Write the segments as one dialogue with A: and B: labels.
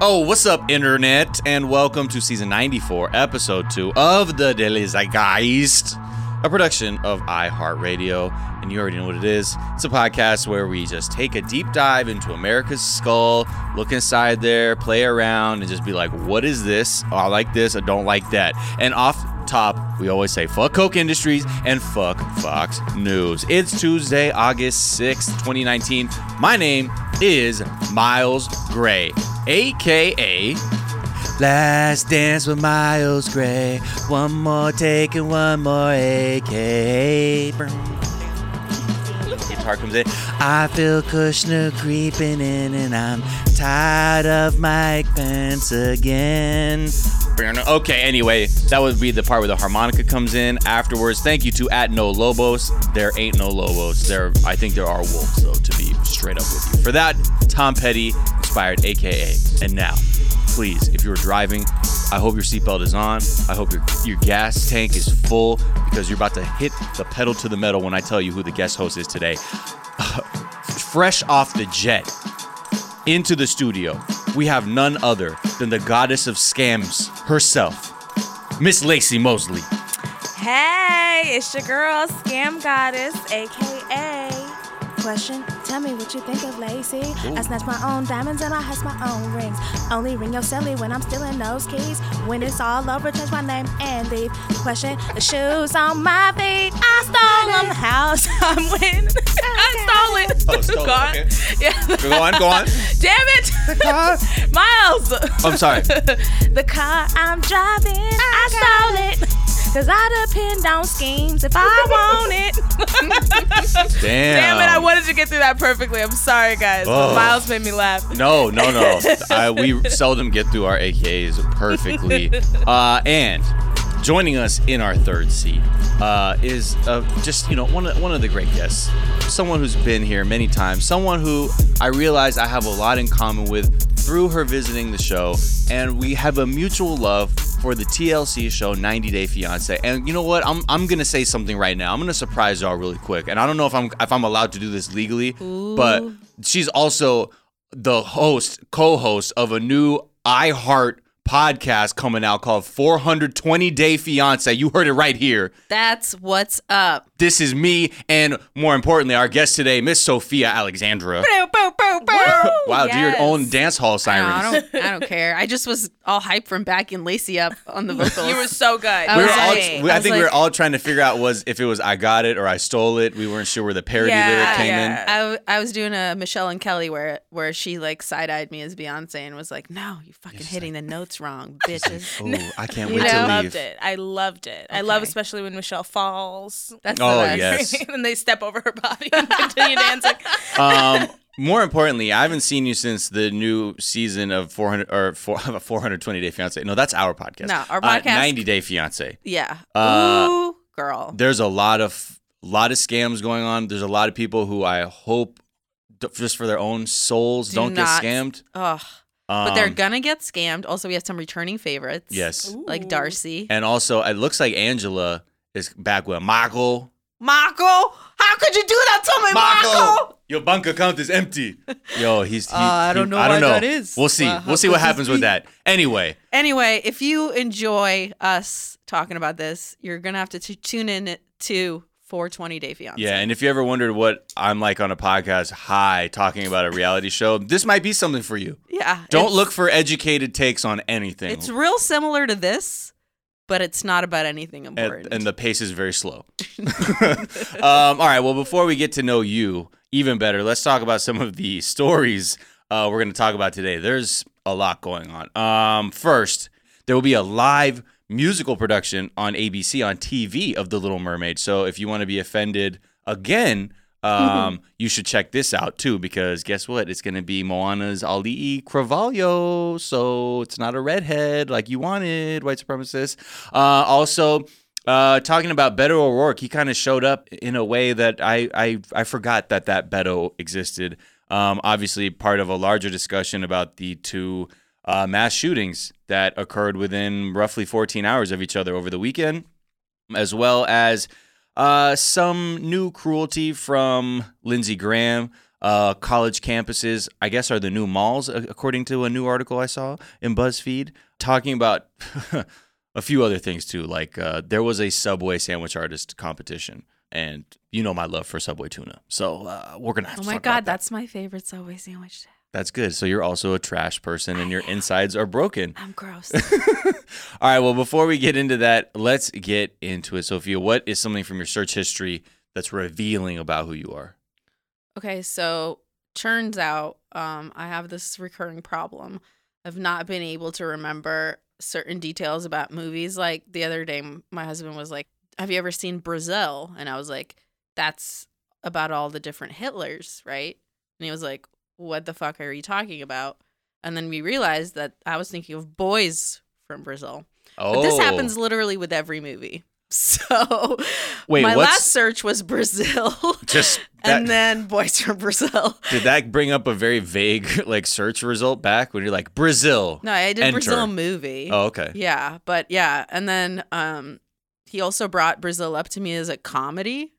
A: Oh, what's up, internet? And welcome to season 94, episode 2 of The Daily Zeitgeist, a production of iHeartRadio. And you already know what it is it's a podcast where we just take a deep dive into America's skull, look inside there, play around, and just be like, what is this? Oh, I like this, I don't like that. And off top, we always say fuck Coke Industries and fuck Fox News. It's Tuesday, August 6th, 2019. My name is Miles Gray, aka Last Dance with Miles Gray. One more take and one more aka. Guitar comes in. I feel Kushner creeping in, and I'm tired of Mike Pence again. Okay, anyway, that would be the part where the harmonica comes in afterwards. Thank you to at no lobos. There ain't no lobos. There, I think there are wolves though. To be straight up with you, for that Tom Petty inspired, aka. And now, please, if you're driving, I hope your seatbelt is on. I hope your your gas tank is full because you're about to hit the pedal to the metal when I tell you who the guest host is today. Fresh off the jet, into the studio, we have none other than the goddess of scams herself, Miss Lacey Mosley.
B: Hey, it's your girl, Scam Goddess, aka. Question Tell me what you think of Lacey. I snatch my own diamonds and I husk my own rings. Only ring your celly when I'm stealing those keys. When it's all over, change my name and leave. Question The shoes on my feet, I stole them. House I'm winning. I stole it.
A: Oh, stole it,
B: God.
A: okay.
B: Yeah.
A: Go on, go on.
B: Damn it. Miles.
A: I'm sorry.
B: the car I'm driving, I, stole it. Cause I depend on schemes if I want it.
A: Damn.
B: Damn it, I wanted to get through that perfectly. I'm sorry, guys.
A: Oh.
B: Miles made me laugh.
A: No, no, no. I, we seldom get through our AKAs perfectly. Uh, and joining us in our third seat uh, is uh, just you know one of one of the great guests, someone who's been here many times, someone who I realize I have a lot in common with through her visiting the show, and we have a mutual love for the TLC show 90 Day Fiance. And you know what? I'm I'm gonna say something right now. I'm gonna surprise y'all really quick, and I don't know if I'm if I'm allowed to do this legally, but she's also the host, co-host of a new iHeart podcast coming out called 420 Day Fiance. You heard it right here.
C: That's what's up.
A: This is me, and more importantly, our guest today, Miss Sophia Alexandra.
B: Bow, bow, bow, bow.
A: Wow, do your
C: yes.
A: own dance hall
C: No, I
A: sirens.
C: don't. I don't care. I just was all hyped from backing Lacey up on the vocals.
B: You were so good.
A: We were
C: was
A: all,
C: like-
A: we- I,
C: I was
A: think we were
C: like-
A: all trying to figure out was if it was I got it or I stole it. We weren't sure where the parody
B: Yeah,
A: lyric came
B: yeah.
A: in.
C: I, w- I was doing a Michelle and Kelly where where she like side eyed me as Beyonce and was like, "No, you fucking hitting the notes wrong, bitches."
A: Oh, I can't
C: You
A: wait
C: know,
A: to
B: I loved
A: leave.
B: it. I loved it. I love
C: Okay.
B: especially when Michelle falls.
C: That's
A: Oh,
C: the best.
A: yeah. Yes.
B: and they step over her body and continue dancing.
A: um, more importantly, I haven't seen you since the new season of 400 or 4, 420 Day Fiance. No, that's our podcast.
C: No, our
A: Uh,
C: podcast.
A: 90 Day Fiance.
C: Yeah.
A: Uh,
C: Ooh, girl.
A: There's a lot of lot of scams going on. There's a lot of people who I hope d- just for their own souls
C: Do
A: not get
C: not-
A: scammed.
C: Ugh. But they're
A: Um,
C: gonna get scammed. Also, we have some returning favorites.
A: Yes.
C: Like Darcy.
A: And also, it looks like Angela is back with Michael.
C: Marco, how could you do that to me,
A: Your bank account is empty. Yo, he's. He,
C: Uh, I
A: he-
C: don't know
A: I don't
C: why
A: know.
C: that is.
A: We'll see.
C: Wow, how
A: we'll see what
C: could this
A: happens with
C: be?
A: that. Anyway,
C: Anyway, if you enjoy us talking about this, you're gonna have to t- tune in to 420 Day Fiance.
A: Yeah, and if you ever wondered what I'm like on a podcast high talking about a reality show, this might be something for you.
C: yeah.
A: Don't
C: it's-
A: look for educated takes on anything.
C: It's real similar to this, but it's not about anything important.
A: and, and the pace is very slow. um, all right, well, before we get to know you even better, let's talk about some of the stories uh, we're going to talk about today. There's a lot going on. Um, first, there will be a live musical production on ABC on TV of The Little Mermaid. So if you want to be offended again, um, you should check this out too because guess what? It's going to be Moana's Ali Cravalho. So it's not a redhead like you wanted, white supremacist. Uh, also, uh, talking about Beto O'Rourke, he kind of showed up in a way that I I, I forgot that that Beto existed. Um, obviously, part of a larger discussion about the two uh, mass shootings that occurred within roughly 14 hours of each other over the weekend as well as uh, some new cruelty from Lindsey Graham. Uh, college campuses, I guess, are the new malls, a- according to a new article I saw in BuzzFeed, talking about a few other things too. Like uh, there was a Subway sandwich artist competition, and you know my love for Subway tuna, so uh, we're gonna have
C: Oh
A: to
C: my
A: talk about
C: god,
A: that.
C: that's my favorite Subway sandwich.
A: That's good. So you're also a trash person, and your insides are broken.
C: I'm gross.
A: All right. Well, before we get into that, let's get into it. Sophia, what is something from your search history that's revealing about who you are?
C: okay, so turns out um, I have this recurring problem of not being able to remember certain details about movies. Like the other day, m- my husband was like, "Have you ever seen Brazil?" And I was like, "That's about all the different Hitlers, right?" And he was like, "What the fuck are you talking about?" And then we realized that I was thinking of boys from Brazil.
A: Oh,
C: But this happens literally with every movie. So
A: Wait,
C: my
A: what's-
C: last search was Brazil.
A: Just that,
C: and then Boys from Brazil.
A: did that bring up a very vague like search result back when you're like Brazil?
C: No, I did
A: Enter.
C: Brazil movie.
A: Oh, okay.
C: Yeah, but yeah, and then um he also brought Brazil up to me as a comedy.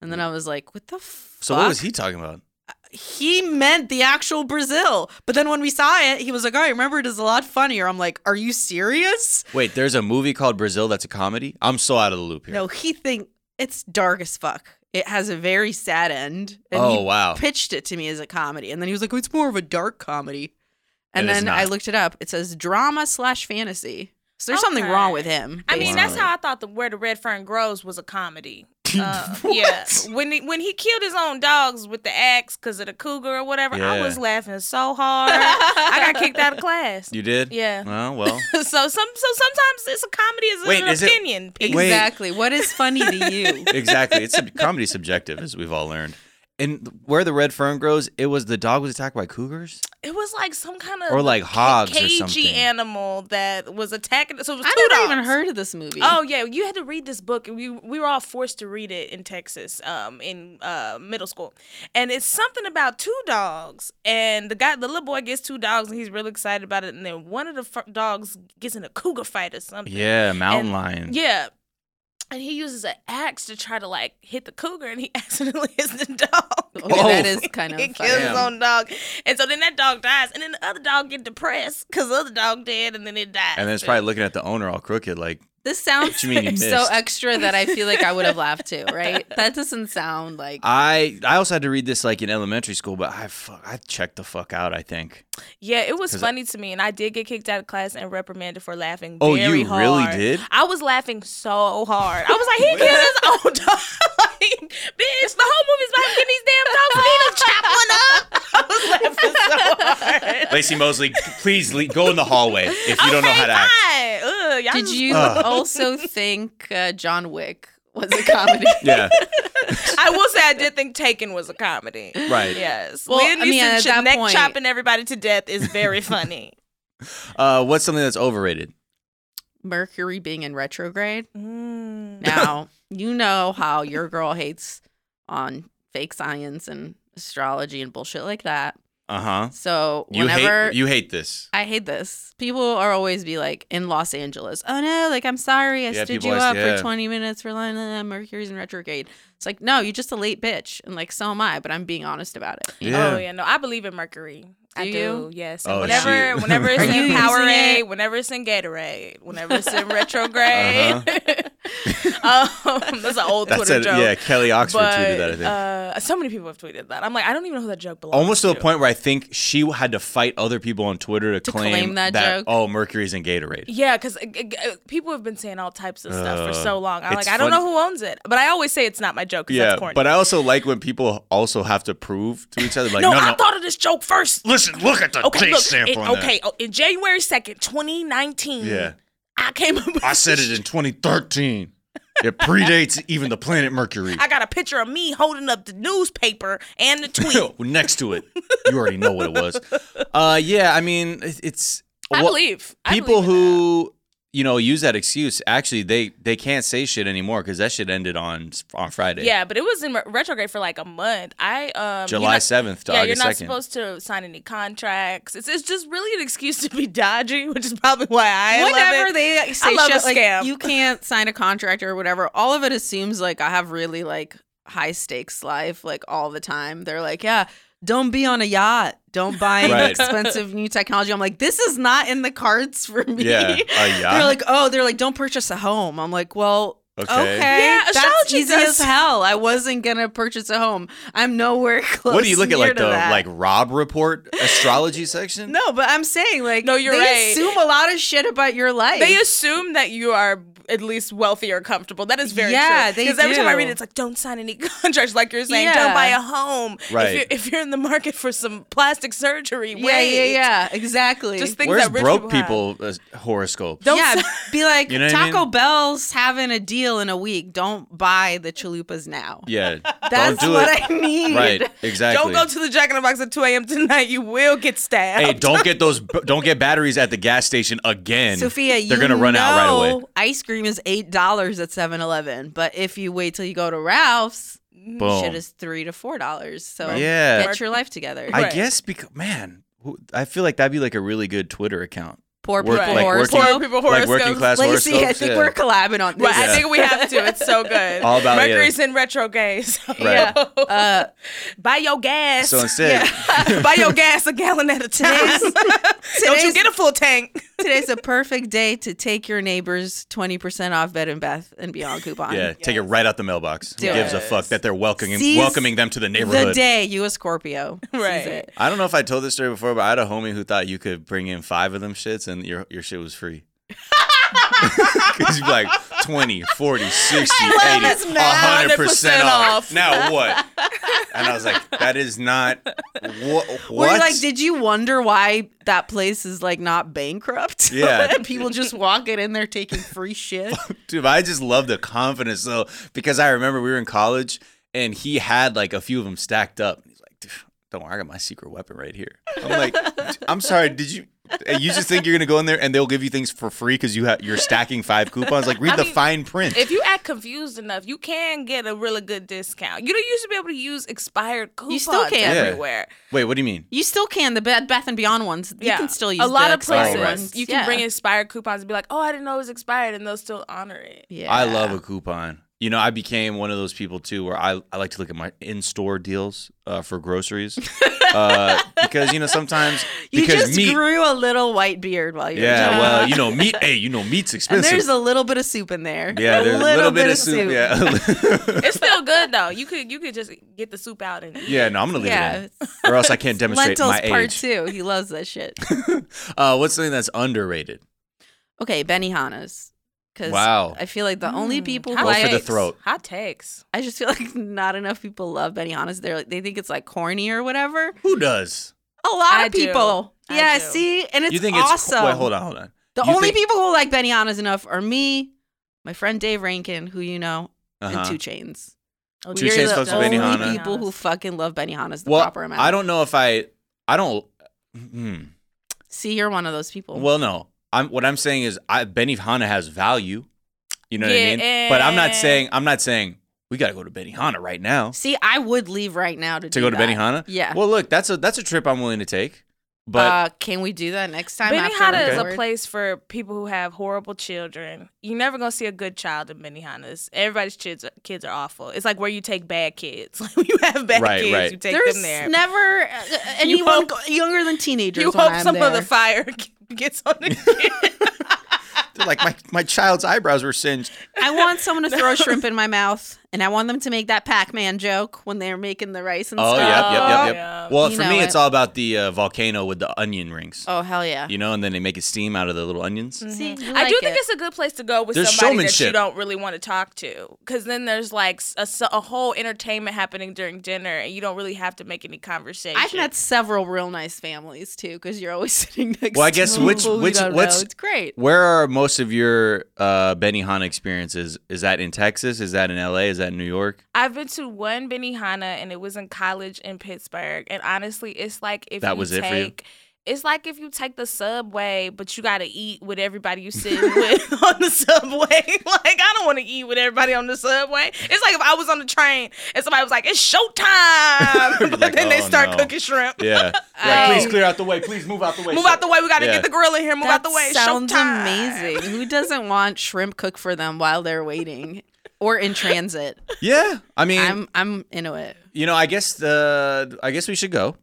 C: And then I was like, what the fuck?
A: So what was he talking about?
C: He meant the actual Brazil. But then when we saw it, he was like, oh, I remember it is a lot funnier. I'm like, are you serious?
A: Wait, there's a movie called Brazil that's a comedy. I'm so out of the loop here.
C: No, he think it's dark as fuck. It has a very sad end. And
A: oh
C: he
A: wow.
C: pitched it to me as a comedy, and then he was like, "It's more of a dark comedy." And
A: It is
C: then I
A: not.
C: looked it up. It says drama slash fantasy. So there's something
D: Okay.
C: wrong with him.
D: I mean,
A: Wow.
D: that's how I thought the Where the Red Fern Grows was a comedy. Uh, yeah, when he, when he killed his own dogs with the axe because of the cougar or whatever, I
A: Yeah.
D: was laughing so hard. I got kicked out of class.
A: You did?
D: Yeah.
A: Oh well.
D: so some so sometimes it's a comedy is
A: Wait,
D: an
A: is it-
D: opinion piece.
A: Wait.
C: exactly. What is funny to you?
A: exactly. It's sub- comedy subjective, as we've all learned. And where the red fern grows, it was the dog was attacked by cougors
D: It was like some kind of
A: or like hogs or
D: cagey
A: something.
D: animal that was attacking. So it was two
C: I never even
D: dogs.
C: heard of this movie.
D: Oh yeah, you had to read this book, and we we were all forced to read it in Texas, um, in uh, middle school, and it's something about two dogs, and the guy, the little boy gets two dogs, and he's real excited about it, and then one of the f- dogs gets in a cougar fight or something.
A: yeah, mountain
D: And-
A: lion.
D: Yeah. And he uses an axe to try to like hit the cougar, and he accidentally hits the dog.
C: Okay,
A: that
C: Oh, is kind of
D: he kills his
A: funny.
D: own dog, and so then that dog dies, and then the other dog get depressed because the other dog dead, and then it dies.
A: And then it's probably looking at the owner all crooked, like,
C: this sounds
A: what you mean you missed?
C: so extra that I feel like I would have laughed too. Right? That doesn't sound like.
A: I I also had to read this like in elementary school, but I fuck, I checked the fuck out. I think.
D: Yeah, it was
A: 'Cause-
D: funny to me, and I did get kicked out of class and reprimanded for laughing.
A: Oh,
D: very
A: you really
D: hard.
A: did?
D: I was laughing so hard. I was like, he killed his own dog. like, bitch, the whole movie's about him getting these damn dogs. We need to chop one up. I was laughing so hard.
A: Lacey Mosley, please le- go in the hallway if you don't know how to act.
D: Fine. Ugh, y'all
C: Did
D: just-
C: you
A: Ugh.
C: also think uh, John Wick was a comedy?
A: Yeah,
D: I will say I did think Taken was a comedy.
A: right.
D: Yes.
C: Well,
D: Well, Liam
C: I mean, at
D: Neeson
C: that
D: neck
C: point-
D: chopping everybody to death is very funny.
A: Uh, what's something that's overrated?
C: Mercury being in retrograde.
D: Mm.
C: Now, you know how your girl hates on fake science and astrology and bullshit like that.
A: Uh huh.
C: So,
A: You
C: whenever
A: hate you hate this.
C: I hate this, people are always be like in Los Angeles, oh no, like I'm sorry, I
A: Yeah,
C: stood
A: people
C: you
A: always-
C: up
A: yeah.
C: for 20 minutes for lying, uh, Mercury's in retrograde. It's like, no, you're just a late bitch. And like, so am I, but I'm being honest about it.
A: Yeah.
D: Oh yeah, no, I believe in Mercury. I
C: Do
D: do,
C: you?
D: yes. And
A: Oh,
D: whenever,
A: shit.
D: whenever it's
A: Are
C: you
D: in
C: using
D: Powerade,
C: it?
D: whenever it's in Gatorade, whenever it's in retrograde. um, that's an old
A: Uh-huh. That's a,
D: Twitter joke.
A: yeah. Kelly Oxford
D: but,
A: tweeted that. I think.
D: Uh, so many people have tweeted that. I'm like, I don't even know who that joke belongs.
A: Almost to the
D: to.
A: point where I think she had to fight other people on Twitter to,
C: claim that joke?
A: Oh, Mercury's in Gatorade.
D: Yeah, because uh, people have been saying all types of stuff for
A: Uh,
D: so long. I'm
A: it's
D: like, I don't
A: funny-
D: know who owns it, but I always say it's not my joke. 'cause that's
A: Yeah,
D: corny.
A: but I also like when people also have to prove to each other, like,
D: no,
A: no, no.
D: I thought of this joke first.
A: Listen, look at the
D: Okay,
A: taste
D: look, it-
A: sample. on that.
D: okay, oh, in January second, 2019.
A: Yeah.
D: I came up. With
A: I said it in 2013. It predates even the planet Mercury.
D: I got a picture of me holding up the newspaper and the tweet.
A: Next to it, you already know what it was. Uh, yeah, I mean, it- it's
D: I
A: what-
D: believe I
A: people
D: believe in
A: who you know use that excuse. Actually, they they can't say shit anymore because that shit ended on on
D: that.
A: Friday.
D: Yeah, but it was in re- retrograde for like a month. I um you're
A: July
D: not-
A: seventh to
D: Yeah,
A: August
D: you're not
A: second.
D: supposed to sign any contracts. It's, it's just really an excuse to be dodgy, which is probably why I
C: whenever
D: love it.
C: they say
D: love
C: shit
D: a
C: like
D: scam.
C: you can't sign a contract or whatever, all of it assumes like I have really like high stakes life like all the time. They're like, yeah, don't be on a yacht. Don't buy any
A: Right.
C: expensive new technology. I'm like, this is not in the cards for me.
A: Yeah, a yacht.
C: They're like, oh, they're like, don't purchase a home. I'm like, well, okay.
A: Okay.
B: Yeah,
C: that's
B: astrology
C: easy
B: does-
C: as hell. I wasn't gonna purchase a home. I'm nowhere close.
A: What do you look at
C: near
A: like
C: to
A: the
C: that.
A: like Rob report astrology section?
C: No, but I'm saying like
D: No, you're
C: they
D: right.
C: assume a lot of shit about your life.
D: They assume that you are at least wealthy or comfortable. That is very
C: Yeah,
D: true.
C: they
D: every time I
C: do.
D: read it, it's like, don't sign any contracts, like you're saying.
C: Yeah.
D: Don't buy a home.
A: Right.
D: If you're, if you're in the market for some plastic surgery,
C: yeah, yeah,
D: wait.
C: yeah, exactly.
D: Just things
A: Where's
D: that rich
A: broke
D: have.
A: people uh, horoscopes?
D: Don't
C: yeah,
D: s-
C: be like
A: You know what I
C: Taco
A: mean?
C: Bell's having a deal in a week. Don't buy the chalupas now.
A: yeah, don't
C: That's
A: do
C: what
A: it.
C: I need.
A: Right, exactly.
D: Don't go to the Jack in the Box at 2 a.m. tonight. You will get stabbed.
A: hey, don't get those. Don't get batteries at the gas station again.
C: Sophia, you
A: they're gonna run out right away.
C: know Ice cream is eight dollars at 7-Eleven, but if you wait till you go to Ralph's,
A: Boom.
C: shit is three to four dollars. So
A: Oh. Yeah.
C: get your life together.
A: I
D: Right.
A: guess because man, who- I feel like that'd be like a really good Twitter account.
C: Poor people
A: Work-
D: Right.
A: like
C: horoscope.
A: working-
D: Poor people
A: Like working
D: horoscopes.
A: class
C: Lacey,
A: horoscopes.
C: I think
A: yeah.
C: we're collabing on this.
D: Right, I think we have to. It's so good.
A: All about it.
D: Mercury's in retro gaze.
A: Right.
D: Yeah.
C: Uh,
D: Buy your gas.
A: so instead,
D: Buy your gas a gallon at a time.
C: Today's-
D: Don't you
C: today's-
D: get a full tank?
C: today's a perfect day to take your neighbor's 20% off Bed and Bath and Beyond coupon.
A: yeah, take it right out the mailbox. Who
C: Do
A: gives a
D: it.
A: fuck that they're welcoming
C: Seize
A: welcoming them to the
C: The
A: neighborhood?
C: day you a Scorpio. seize
D: Right.
C: it.
A: I don't know if I told this story before, but I had a homie who thought you could bring in five of them shits and your your shit was free. Because you'd be like 20, 40, 60, 80,
C: love this math.
A: 100% off.
D: off.
A: Now what? And I was like, that is not. Wha- what?
C: Were you like, did you wonder why that place is like not bankrupt?
A: Yeah.
C: People just walking in there taking free shit.
A: Dude, but I just love the confidence though, because I remember we were in college and he had like a few of them stacked up. He's like, "Dude, "Don't worry, I got my secret weapon right here." I'm like, "I'm sorry, did you?" eh, You just think you're gonna go in there and they'll give you things for free because you ha- you're stacking five coupons. Like, read the
D: mean,
A: fine print.
D: If you act confused enough, you can get a really good discount. You don't used to be able to use expired coupons
C: You still can.
A: Yeah.
D: everywhere.
A: Wait, what do you mean?
C: You still can. The Bed Bath and Beyond ones. You can still use
D: a lot
C: the
D: of
C: expired
D: places.
A: right.
C: ones.
D: You can
C: Yeah.
D: bring expired coupons and be like, "Oh, I didn't know it was expired," and they'll still honor it.
C: Yeah.
A: I love a coupon. You know, I became one of those people too, where I, I like to look at my in store deals uh, for groceries uh, because you know sometimes
C: You
A: because
C: just
A: meat.
C: grew a little white beard while you were
A: yeah,
C: doing it.
A: well, you know meat. Hey, you know meat's
C: And
A: expensive.
C: there's a little bit of soup in there.
A: Yeah, there's a little, bit, of soup. Yeah.
D: It's still good though. You could you could just get the soup out and
A: yeah, no, I'm gonna leave
C: Yeah.
A: it in, or else I can't demonstrate
C: Lentils
A: my
C: part
A: age.
C: two. He loves that shit.
A: Uh, what's something that's underrated?
C: Okay, Benihana's. Because
A: Wow.
C: I feel like the only
D: Mm.
C: people who
A: Go for the
C: I,
A: throat.
D: hot takes.
C: I just feel like not enough people love Benihana's. They're like they think it's like corny or whatever.
A: Who does?
C: A lot
D: I
C: of
D: do.
C: people.
D: I
C: yeah,
D: do.
C: see, and it's
A: you think it's
C: awesome.
A: co- wait? Hold on, hold on.
C: The
A: You
C: only
A: think-
C: people who like Benihana's enough are me, my friend Dave Rankin, who you know,
A: Uh-huh.
C: and Two Chains.
A: Two
C: We are
A: Chainz
C: Oh, the
A: loves
C: only
A: Benihana.
C: people who fucking love Benihana's the
A: well,
C: proper amount.
A: I don't know if I. I don't. Hmm.
C: see you're one of those people.
A: Well, no. I'm what I'm saying is I Benihana has value. You know what I
D: Yeah.
A: mean? But I'm not saying I'm not saying we got to go to Benihana right now
C: see, I would leave right now
A: to
C: to do
A: go to
C: that.
A: Benihana.
C: Yeah.
A: Well, look, that's a that's a trip I'm willing to take. But
C: uh, can we do that next time? after
D: Benihana is
C: the
D: a
C: board?
D: place for people who have horrible children. You're never gonna see a good child in Benihana's. Everybody's kids are, kids are awful. It's like where you take bad kids. Like when you have bad
A: Right,
D: kids,
A: right.
D: you take
C: There's
D: them there.
C: never uh, anyone
D: hope-
C: go- younger than teenagers.
D: you
C: when
D: hope
C: I'm
D: some
C: there.
D: of the fire gets on the kid.
C: Uh,
A: they're like my, my child's eyebrows were singed.
C: I want someone to throw shrimp in my mouth, and I want them to make that Pac-Man joke when they're making the rice and
A: Oh,
C: stuff.
A: yep, yep, yep, yep.
D: Yeah.
A: Well,
C: You
A: for
C: know
A: me,
C: it.
A: it's all about the uh, volcano with the onion rings.
C: Oh Mm-hmm. hell yeah!
A: You know, and then they make it steam out of the little onions.
C: See, you
D: Mm-hmm. I do
C: like
D: think
C: it.
D: it's a good place to go with
A: There's
D: somebody that you
A: showmanship.
D: don't really want to talk to, because then there's like s- a, s- a whole entertainment happening during dinner, and you don't really have to make any conversation.
C: I've met several real nice families too, because you're always sitting next.
A: Well, I guess
C: to
A: which-
C: people you
A: which-
C: don't
A: what's-
C: know. it's great.
A: Where are most of your uh, Benihana experiences? Is that in Texas? Is that in LA? Is that in New York?
D: I've been to one Benihana, and it was in college in Pittsburgh. And honestly, it's like if
A: That
D: you
A: was it
D: take,
A: for you?
D: It's like if you take the subway, but you gotta eat with everybody you sit with on the subway. like I don't want to eat with everybody on the subway. It's like if I was on the train and somebody was like, "It's showtime,"
A: You're
D: but
A: like,
D: then they
A: "Oh,
D: start
A: no."
D: cooking shrimp.
A: Yeah.
C: Oh.
A: please clear out the way. Please move out the way.
D: Move out the way. We gotta
A: Yeah.
D: get the grill in here. Move out the way.
C: sounds
D: showtime.
C: amazing. Who doesn't want shrimp cooked for them while they're waiting? or in transit.
A: Yeah, I mean,
C: I'm I'm into it.
A: you know, I guess the I guess we should go.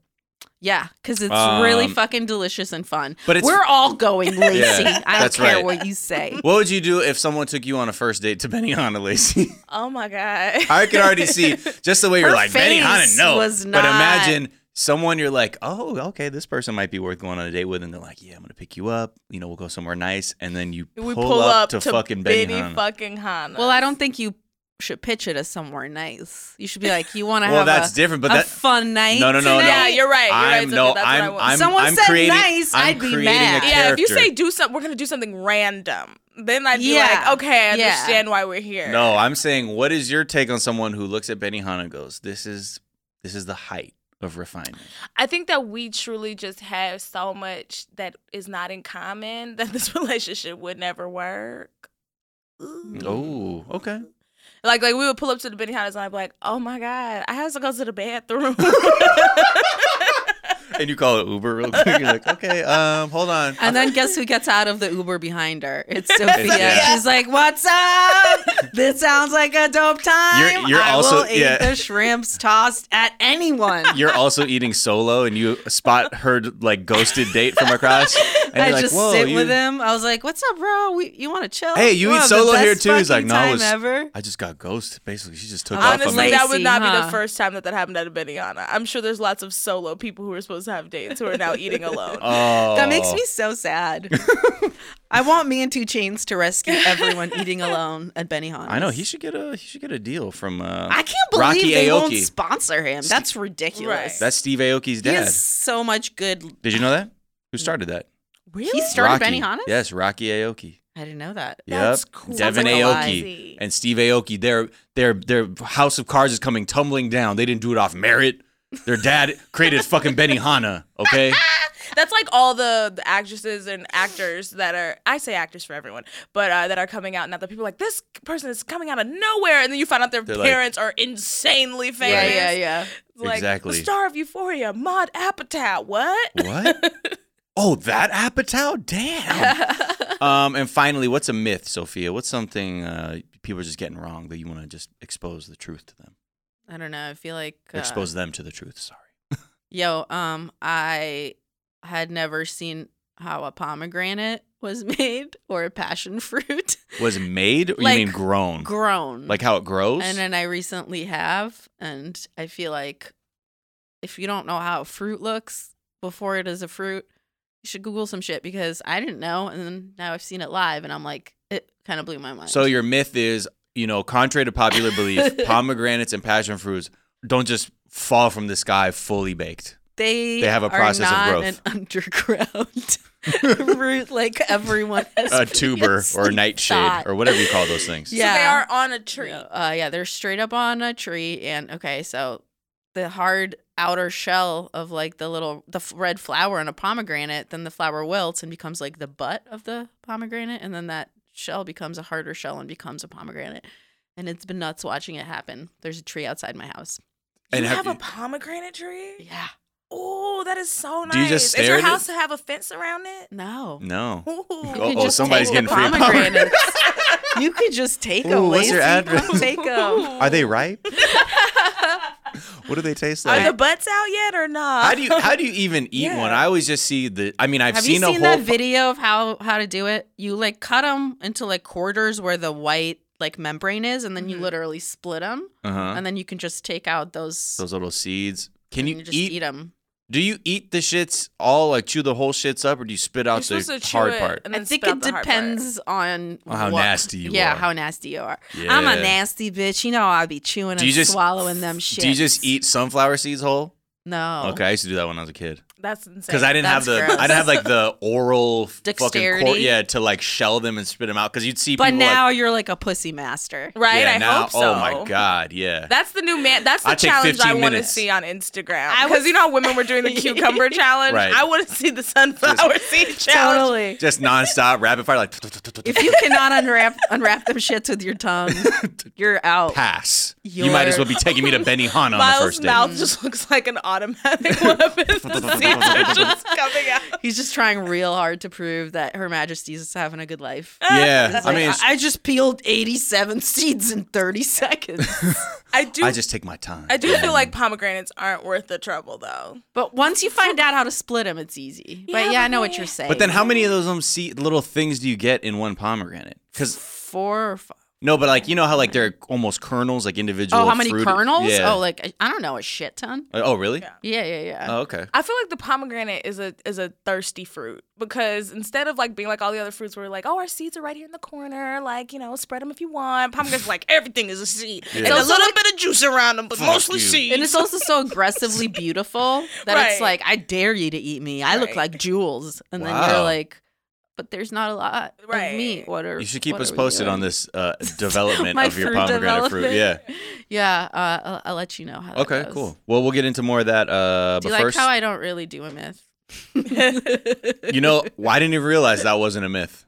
C: Yeah, because it's really
A: Um,
C: fucking delicious and fun.
A: but it's-
C: we're all going, Lacey.
A: Yeah,
C: I don't
A: that's
C: care
A: right.
C: what you say.
A: What would you do if someone took you on a first date to Benihana, Lacey?
D: Oh my god.
A: I could already see just the way you're
C: Her
A: like Benihana.
C: face
A: No,
C: was
A: but
C: not-
A: imagine someone you're like, oh, okay, this person might be worth going on a date with, and they're like, yeah, I'm gonna pick you up. You know, we'll go somewhere nice, and then you pull,
D: we pull
A: up, to, fucking
D: Benny
A: Benihana.
D: fucking Hana.
C: Well, I don't think you should pitch it as somewhere nice. You should be like, you want to
A: well,
C: have
A: that's
C: a,
A: different, but
C: a
A: that
C: fun night.
A: No, no, no, no.
C: tonight?
D: Yeah, you're right. You're right.
A: I'm
D: Sophia,
A: no,
D: that's what I
A: I'm
D: want.
A: I'm,
C: Someone
A: I'm
C: said
A: creating,
C: nice,
A: I'm
C: I'd be
A: creating
C: mad.
A: A
D: yeah, if you
A: character.
D: say do something, we're gonna do something random. Then I'd be
C: Yeah.
D: like, okay, I
C: Yeah.
D: understand why we're here.
A: No, I'm saying, what is your take on someone who looks at Benihana and goes, "This is this is the height of refinement."
D: I think that we truly just have so much that is not in common that this relationship would never work. Ooh.
A: Oh, okay.
D: Like like we would pull up to the Benihana's and I'd be like, oh my god, I have to go to the bathroom.
A: And you call it Uber real quick. You're like, okay, um, hold on.
C: And then guess who gets out of the Uber behind her? It's Sophia.
A: yeah.
C: She's like, "What's up? This sounds like a dope time.
A: You're- you're
C: I
A: also-
C: will eat
A: yeah.
C: the shrimps tossed at anyone."
A: You're also eating solo, and you spot her like ghosted date from across, and
C: I
A: you're
C: just
A: like, "Whoa,
C: sit
A: you,
C: with him. I was like, "What's up, bro? We, you want to chill?
A: Hey, you
C: We'll
A: eat
C: have the
A: solo here
C: best
A: too?" He's like,
C: fucking
A: "No, I
C: time
A: was-
C: ever."
A: I just got ghosted. Basically, she just took off on
D: Honestly,
A: me."
D: that would not be
C: huh?
D: the first time that that happened at a Benihana. I'm sure there's lots of solo people who are supposed to have dates who are now eating alone.
A: Oh,
C: That makes me so sad. I want me and Two Chains to rescue everyone eating alone at Benihana.
A: I know he should get a he should get a deal from. Uh,
C: I can't believe
A: Rocky
C: they won't
A: Aoki.
C: sponsor him. That's ridiculous.
D: Right.
A: That's Steve Aoki's
C: he
A: dad.
C: has so much good.
A: Did you know that? Who started that?
D: really?
C: He started
A: Rocky.
C: Benihana's.
A: Yes, Rocky Aoki.
C: I didn't know that.
D: That's
A: yep.
D: cool.
A: Devin
C: Sounds like a E. lie.
A: Aoki and Steve Aoki. Their their their house of cards is coming tumbling down. They didn't do it off merit. Their dad created fucking Benihana. Okay.
D: That's like all the, the actresses and actors that are I say actors for everyone, but uh, that are coming out now. That people are like this person is coming out of nowhere, and then you find out their
A: They're like-
D: parents are insanely famous.
C: Yeah, yeah, yeah.
D: Like
A: Exactly.
D: the star of Euphoria, Maud Apatow. What?
A: What? Oh, that Apatow? Damn. um, and finally, what's a myth, Sophia? What's something uh, people are just getting wrong that you want to just expose the truth to them?
C: I don't know. I feel like uh,
A: Expose them to the truth. Sorry.
C: Yo, um, I had never seen how a pomegranate was made or a passion fruit
A: Was made or
C: Like,
A: you mean grown?
C: grown.
A: like how it grows?
C: and then I recently have, and I feel like if you don't know how fruit looks before it is a fruit, you should Google some shit because I didn't know, and then now I've seen it live, and I'm like, it kind of blew my mind.
A: So your myth is, you know, contrary to popular belief, pomegranates and passion fruits don't just fall from the sky fully baked.
C: they
A: they have a
C: are
A: process of
C: not
A: growth.
C: an underground root like everyone has
A: A tuber or a
C: previously
A: nightshade
C: thought.
A: or whatever you call those things.
C: Yeah.
D: So they are on a tree.
C: No, Uh, yeah, they're straight up on a tree. And okay, so the hard outer shell of like the little the f- red flower in a pomegranate, then the flower wilts and becomes like the butt of the pomegranate, and then that shell becomes a harder shell and becomes a pomegranate. And it's been nuts watching it happen. There's a tree outside my house.
D: You
A: And have
D: have,
A: you-
D: a pomegranate tree?
C: Yeah.
D: Oh, that is so nice.
A: Do you just
D: Is
A: stare
D: your
A: at it?
D: house have a fence around it?
C: No.
A: No.
D: Ooh.
C: You could
A: Uh-oh,
C: just
A: oh, somebody's
C: take the
A: getting free
C: pomegranates. you could just take
A: Ooh,
C: them.
A: what's your
C: Lacey.
A: address?
C: Come Take them.
A: Are they ripe? what do they taste
D: Are
A: like?
D: the butts out yet or not?
A: how do you how do you even eat
D: Yeah.
A: one? I always just see the I mean I've
C: Have
A: seen,
C: you seen
A: a whole
C: that video of how how to do it? You like cut them into like quarters where the white like membrane is, and then you
A: Mm-hmm.
D: Mhm.
C: literally split them,
A: uh-huh.
C: and then you can just take out those.
A: those little seeds. Can
C: and
A: you,
C: just
A: eat,
C: eat them?
A: do you eat the shits all like chew the whole shits up or do you spit out
D: You're
A: the
D: supposed to chew
A: hard
D: it
A: part?
D: and
C: I
D: then
C: think
D: spit
C: it
D: out the hard
C: depends on
A: On how
C: what-
A: nasty you
C: yeah,
A: are.
C: how nasty you are. I'm a
A: Yeah.
C: nasty bitch. You know I be chewing
A: Do you
C: and
A: just-
C: swallowing them shit.
A: Do you just eat sunflower seeds whole?
C: No.
A: Okay, I used to do that when I was a kid.
D: part. That's insane.
A: because I didn't have
C: That's
A: the
C: gross.
A: I didn't have like the oral fucking
C: Dexterity.
A: court, yeah, to like shell them and spit them out because you'd see
C: But
A: people
C: now
A: like,
C: you're like a pussy master.
D: right?
A: yeah,
D: I
A: now,
D: hope so.
A: oh my god, yeah,
D: That's the new man. That's the
A: I take
D: challenge
A: 15
D: I want to
A: minutes.
D: see on Instagram.
C: I
D: Because
C: was-
D: you know how women were doing the cucumber challenge.
A: Right.
D: I want to see the sunflower seed challenge.
C: Totally.
A: just nonstop rapid fire like
C: If you cannot unwrap unwrap them shits with your tongue, you're out.
A: pass. You might as well be taking me to Benihana on the
D: Miles'
A: first day.
D: mouth just looks like an automatic weapon. to see just coming out.
C: He's just trying real hard to prove that Her Majesty's is having a good life.
A: yeah.
C: It's
A: I
C: like,
A: mean,
C: I just peeled 87 seeds in 30 seconds.
D: I do.
A: I
D: I,
A: just take my time.
D: do feel like pomegranates aren't worth the trouble, though.
C: but once you find out how to split them, it's easy.
D: Yeah,
C: but yeah, I
D: but
C: know what
D: wait.
C: you're saying.
A: But then, how many of those um, see, little things do you get in one pomegranate? Because
C: Four or five.
A: no, but like you know how like they're almost kernels, like individual.
C: Oh, how many
A: fruit-
C: kernels?
A: Yeah.
C: Oh, like, I- I don't know, a shit ton.
A: Uh, oh, really?
D: Yeah.
C: Yeah, yeah, yeah.
A: Oh, okay.
D: I feel like the pomegranate is a is a thirsty fruit because instead of like being like all the other fruits, where like, oh, our seeds are right here in the corner, like you know, spread them if you want. Pomegranates like everything is a seed,
A: Yeah.
D: and a
A: And it's
D: little bit of juice around them, but
A: Fuck
D: mostly
A: you.
D: seeds.
C: And it's also so aggressively beautiful that it's
D: Right.
C: like, I dare you to eat me. I look
D: Right.
C: like jewels. And then you're
A: Wow.
C: like, but there's not a lot of
D: Right.
C: meat. What are
A: You should keep
C: what
A: us
C: are we
A: posted
C: doing?
A: on this uh, development
C: My
A: of your
C: fruit
A: pomegranate fruit. Yeah.
C: development. Yeah, uh, I'll, I'll let you know how. That
A: Okay.
C: goes.
A: Cool. Well, we'll get into more of that. Uh, but
C: Do you like
A: first,
C: how I don't really do a myth?
A: you know, why didn't even realize that wasn't a myth?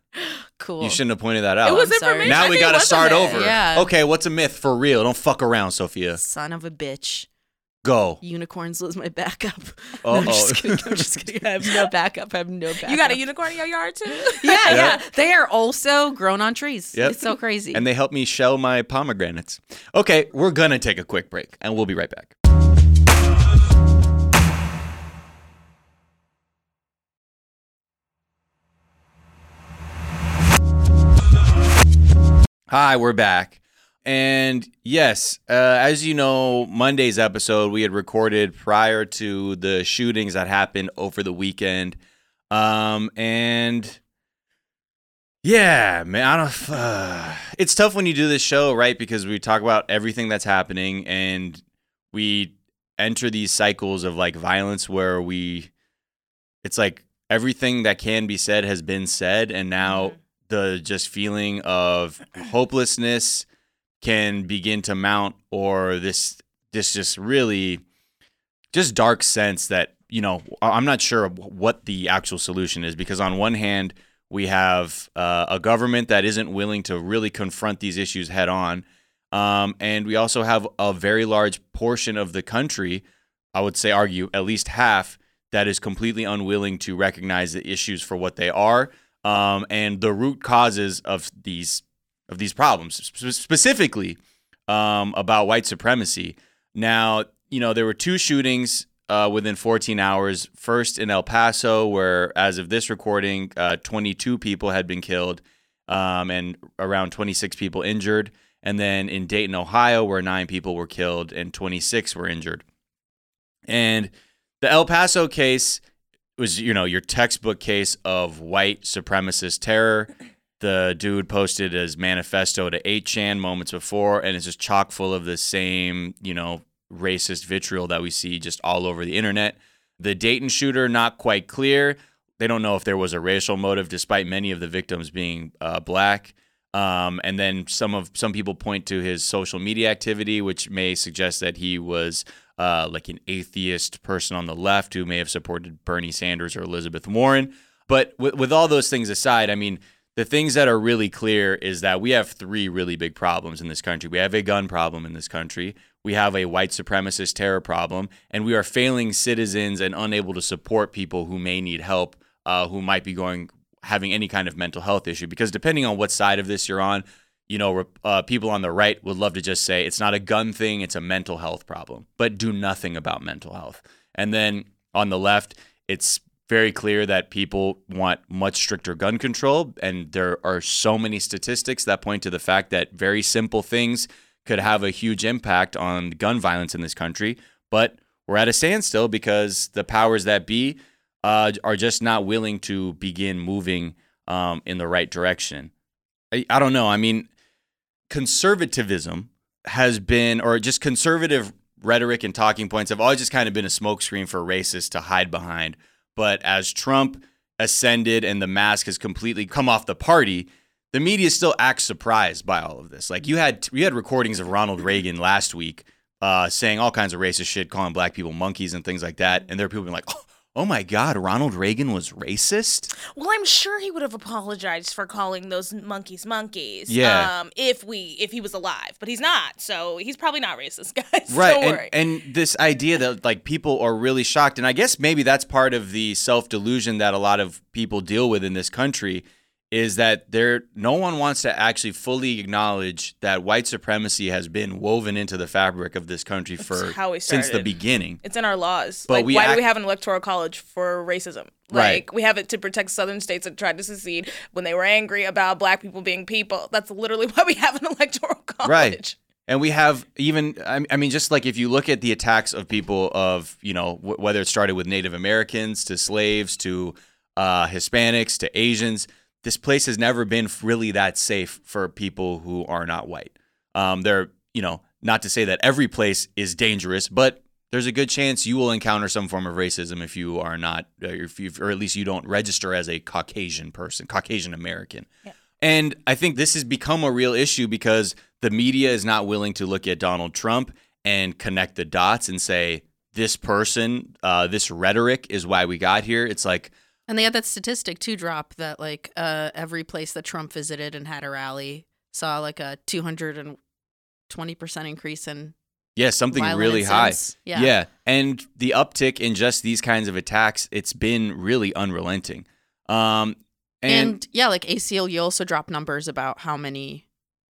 C: cool.
A: You shouldn't have pointed that out.
D: it was
C: I'm sorry.
D: information.
A: now
D: I
A: we
D: think
A: gotta
D: it was a
A: start
D: myth.
A: over.
C: Yeah.
A: Okay, what's a myth for real? Don't fuck around, Sophia.
C: Son of a bitch.
A: Go.
C: Unicorns was my backup. No,
A: Uh
C: I'm
A: oh.
C: just kidding. I'm just kidding. I have no backup. I have no backup.
D: You got a unicorn in your yard too?
C: Yeah, yeah,
A: Yeah.
C: They are also grown on trees.
A: Yep.
C: It's so crazy.
A: and they helped me shell my pomegranates. Okay, we're gonna take a quick break and we'll be right back. Hi, we're back. And yes, uh, as you know, Monday's episode we had recorded prior to the shootings that happened over the weekend. Um, and yeah, man, I don't. it's tough when you do this show, right? Because we talk about everything that's happening, and we enter these cycles of like violence where we, it's like everything that can be said has been said, and now the just feeling of hopelessness can begin to mount, or this this just really just dark sense that you know I- I'm not sure what the actual solution is because on one hand we have uh, a government that isn't willing to really confront these issues head on. Um, and we also have a very large portion of the country, I would say, argue at least half, that is completely unwilling to recognize the issues for what they are um, and the root causes of these of these problems, sp- specifically um, about white supremacy. Now, you know, there were two shootings uh, within 14 hours. First in El Paso, where as of this recording, uh, 22 people had been killed um, and around 26 people injured. And then in Dayton, Ohio, where nine people were killed and 26 were injured. And the El Paso case was, you know, your textbook case of white supremacist terror. The dude posted his manifesto to 8chan moments before, and it's just chock full of the same, you know, racist vitriol that we see just all over the internet. The Dayton shooter, not quite clear. They don't know if there was a racial motive, despite many of the victims being uh, black. Um, and then some of some people point to his social media activity, which may suggest that he was uh, like an atheist person on the left who may have supported Bernie Sanders or Elizabeth Warren. But with, with all those things aside, I mean, the things that are really clear is that we have three really big problems in this country. We have a gun problem in this country. We have a white supremacist terror problem, and we are failing citizens and unable to support people who may need help, uh, who might be going having any kind of mental health issue. Because depending on what side of this you're on, you know, rep- uh, people on the right would love to just say it's not a gun thing, it's a mental health problem, but do nothing about mental health. And then on the left, it's very clear that people want much stricter gun control. And there are so many statistics that point to the fact that very simple things could have a huge impact on gun violence in this country. But we're at a standstill because the powers that be uh, are just not willing to begin moving um, in the right direction. I, I don't know. I mean, conservatism has been, or just conservative rhetoric and talking points have always just kind of been a smokescreen for racists to hide behind. But as Trump ascended and the mask has completely come off the party, the media still acts surprised by all of this. Like you had, you had recordings of Ronald Reagan last week uh, saying all kinds of racist shit, calling black people monkeys and things like that, and there are people being like, "Oh, oh my God, Ronald Reagan was racist?
D: Well, I'm sure he would have apologized for calling those monkeys monkeys.
A: Yeah.
D: Um, if we if he was alive, but he's not, so he's probably not racist, guys.
A: Right.
D: Don't
A: And,
D: worry.
A: and this idea that like people are really shocked. And I guess maybe that's part of the self delusion that a lot of people deal with in this country is that there no one wants to actually fully acknowledge that white supremacy has been woven into the fabric of this country for
D: how we
A: since the
D: started.
A: beginning.
D: it's in our laws.
A: But
D: like,
A: we
D: why
A: act-
D: do we have an electoral college for racism?
A: Right.
D: Like, we have it to protect southern states that tried to secede when they were angry about black people being people. That's literally why we have an electoral college.
A: Right. And we have even, I I mean, just like if you look at the attacks of people of, you know, wh- whether it started with Native Americans to slaves to uh, Hispanics to Asians, this place has never been really that safe for people who are not white. Um, they're, you know, not to say that every place is dangerous, but there's a good chance you will encounter some form of racism if you are not, uh, if you, or at least you don't register as a Caucasian person, Caucasian American. And I think this has become a real issue because the media is not willing to look at Donald Trump and connect the dots and say, this person, uh, this rhetoric is why we got here. It's like,
C: And they had that statistic to drop that like uh, every place that Trump visited and had a rally saw like a 220% increase in
A: yeah, something
C: violent
A: really high.
C: incidents.
A: Yeah. And the uptick in just these kinds of attacks, it's been really unrelenting. Um,
C: And,
A: and,
C: yeah, like ACL, you also drop numbers about how many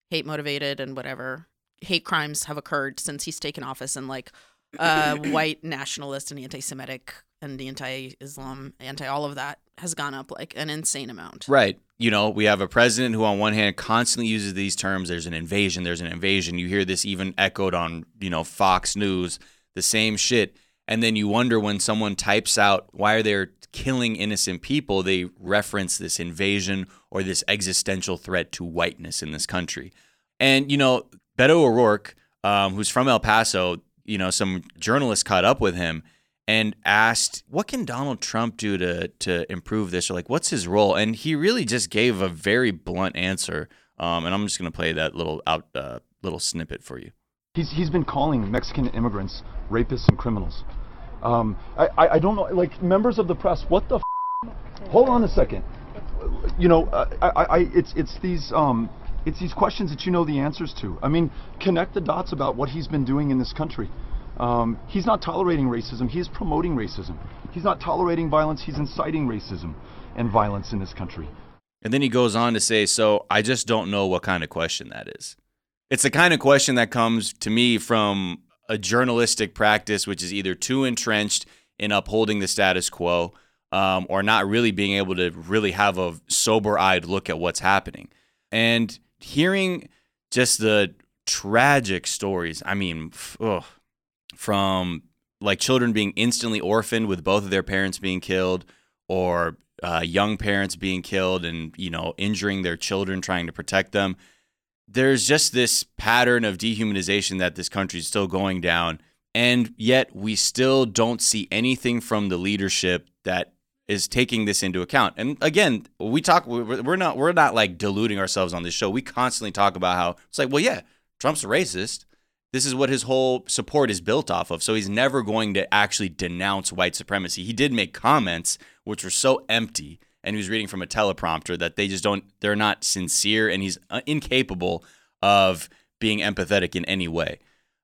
C: hate motivated and whatever hate crimes have occurred since he's taken office and like uh, white nationalist and anti Semitic and anti Islam, anti all of that has gone up like an insane amount.
A: Right. You know, we have a president who, on one hand, constantly uses these terms there's an invasion, there's an invasion. You hear this even echoed on, you know, Fox News, the same shit. And then you wonder when someone types out why are they killing innocent people, they reference this invasion or this existential threat to whiteness in this country. And, you know, Beto O'Rourke, um, who's from El Paso, you know, some journalists caught up with him and asked, "What can Donald Trump do to to improve this?" Or like, "What's his role?" And he really just gave a very blunt answer. Um, and I'm just gonna play that little out uh, little snippet for you.
E: He's, he's been calling Mexican immigrants rapists and criminals. Um, I, I, I don't know, like members of the press, what the f- Hold on a second. You know, uh, I, I, I- it's, it's these, um, it's these questions that you know the answers to. I mean, connect the dots about what he's been doing in this country. Um, he's not tolerating racism. He is promoting racism. He's not tolerating violence. He's inciting racism and violence in this country.
A: And then he goes on to say, "So I just don't know what kind of question that is. It's the kind of question that comes to me from a journalistic practice, which is either too entrenched in upholding the status quo, um, or not really being able to really have a sober-eyed look at what's happening." And hearing just the tragic stories, I mean, f- ugh, from like children being instantly orphaned with both of their parents being killed or uh, young parents being killed and you know injuring their children trying to protect them there's just this pattern of dehumanization that this country is still going down and yet we still don't see anything from the leadership that is taking this into account and again we talk we're we're not we're not like deluding ourselves on this show we constantly talk about how it's like well yeah trump's a racist this is what his whole support is built off of. So he's never going to actually denounce white supremacy. He did make comments which were so empty and he was reading from a teleprompter that they just don't they're not sincere and he's uh, incapable of being empathetic in any way.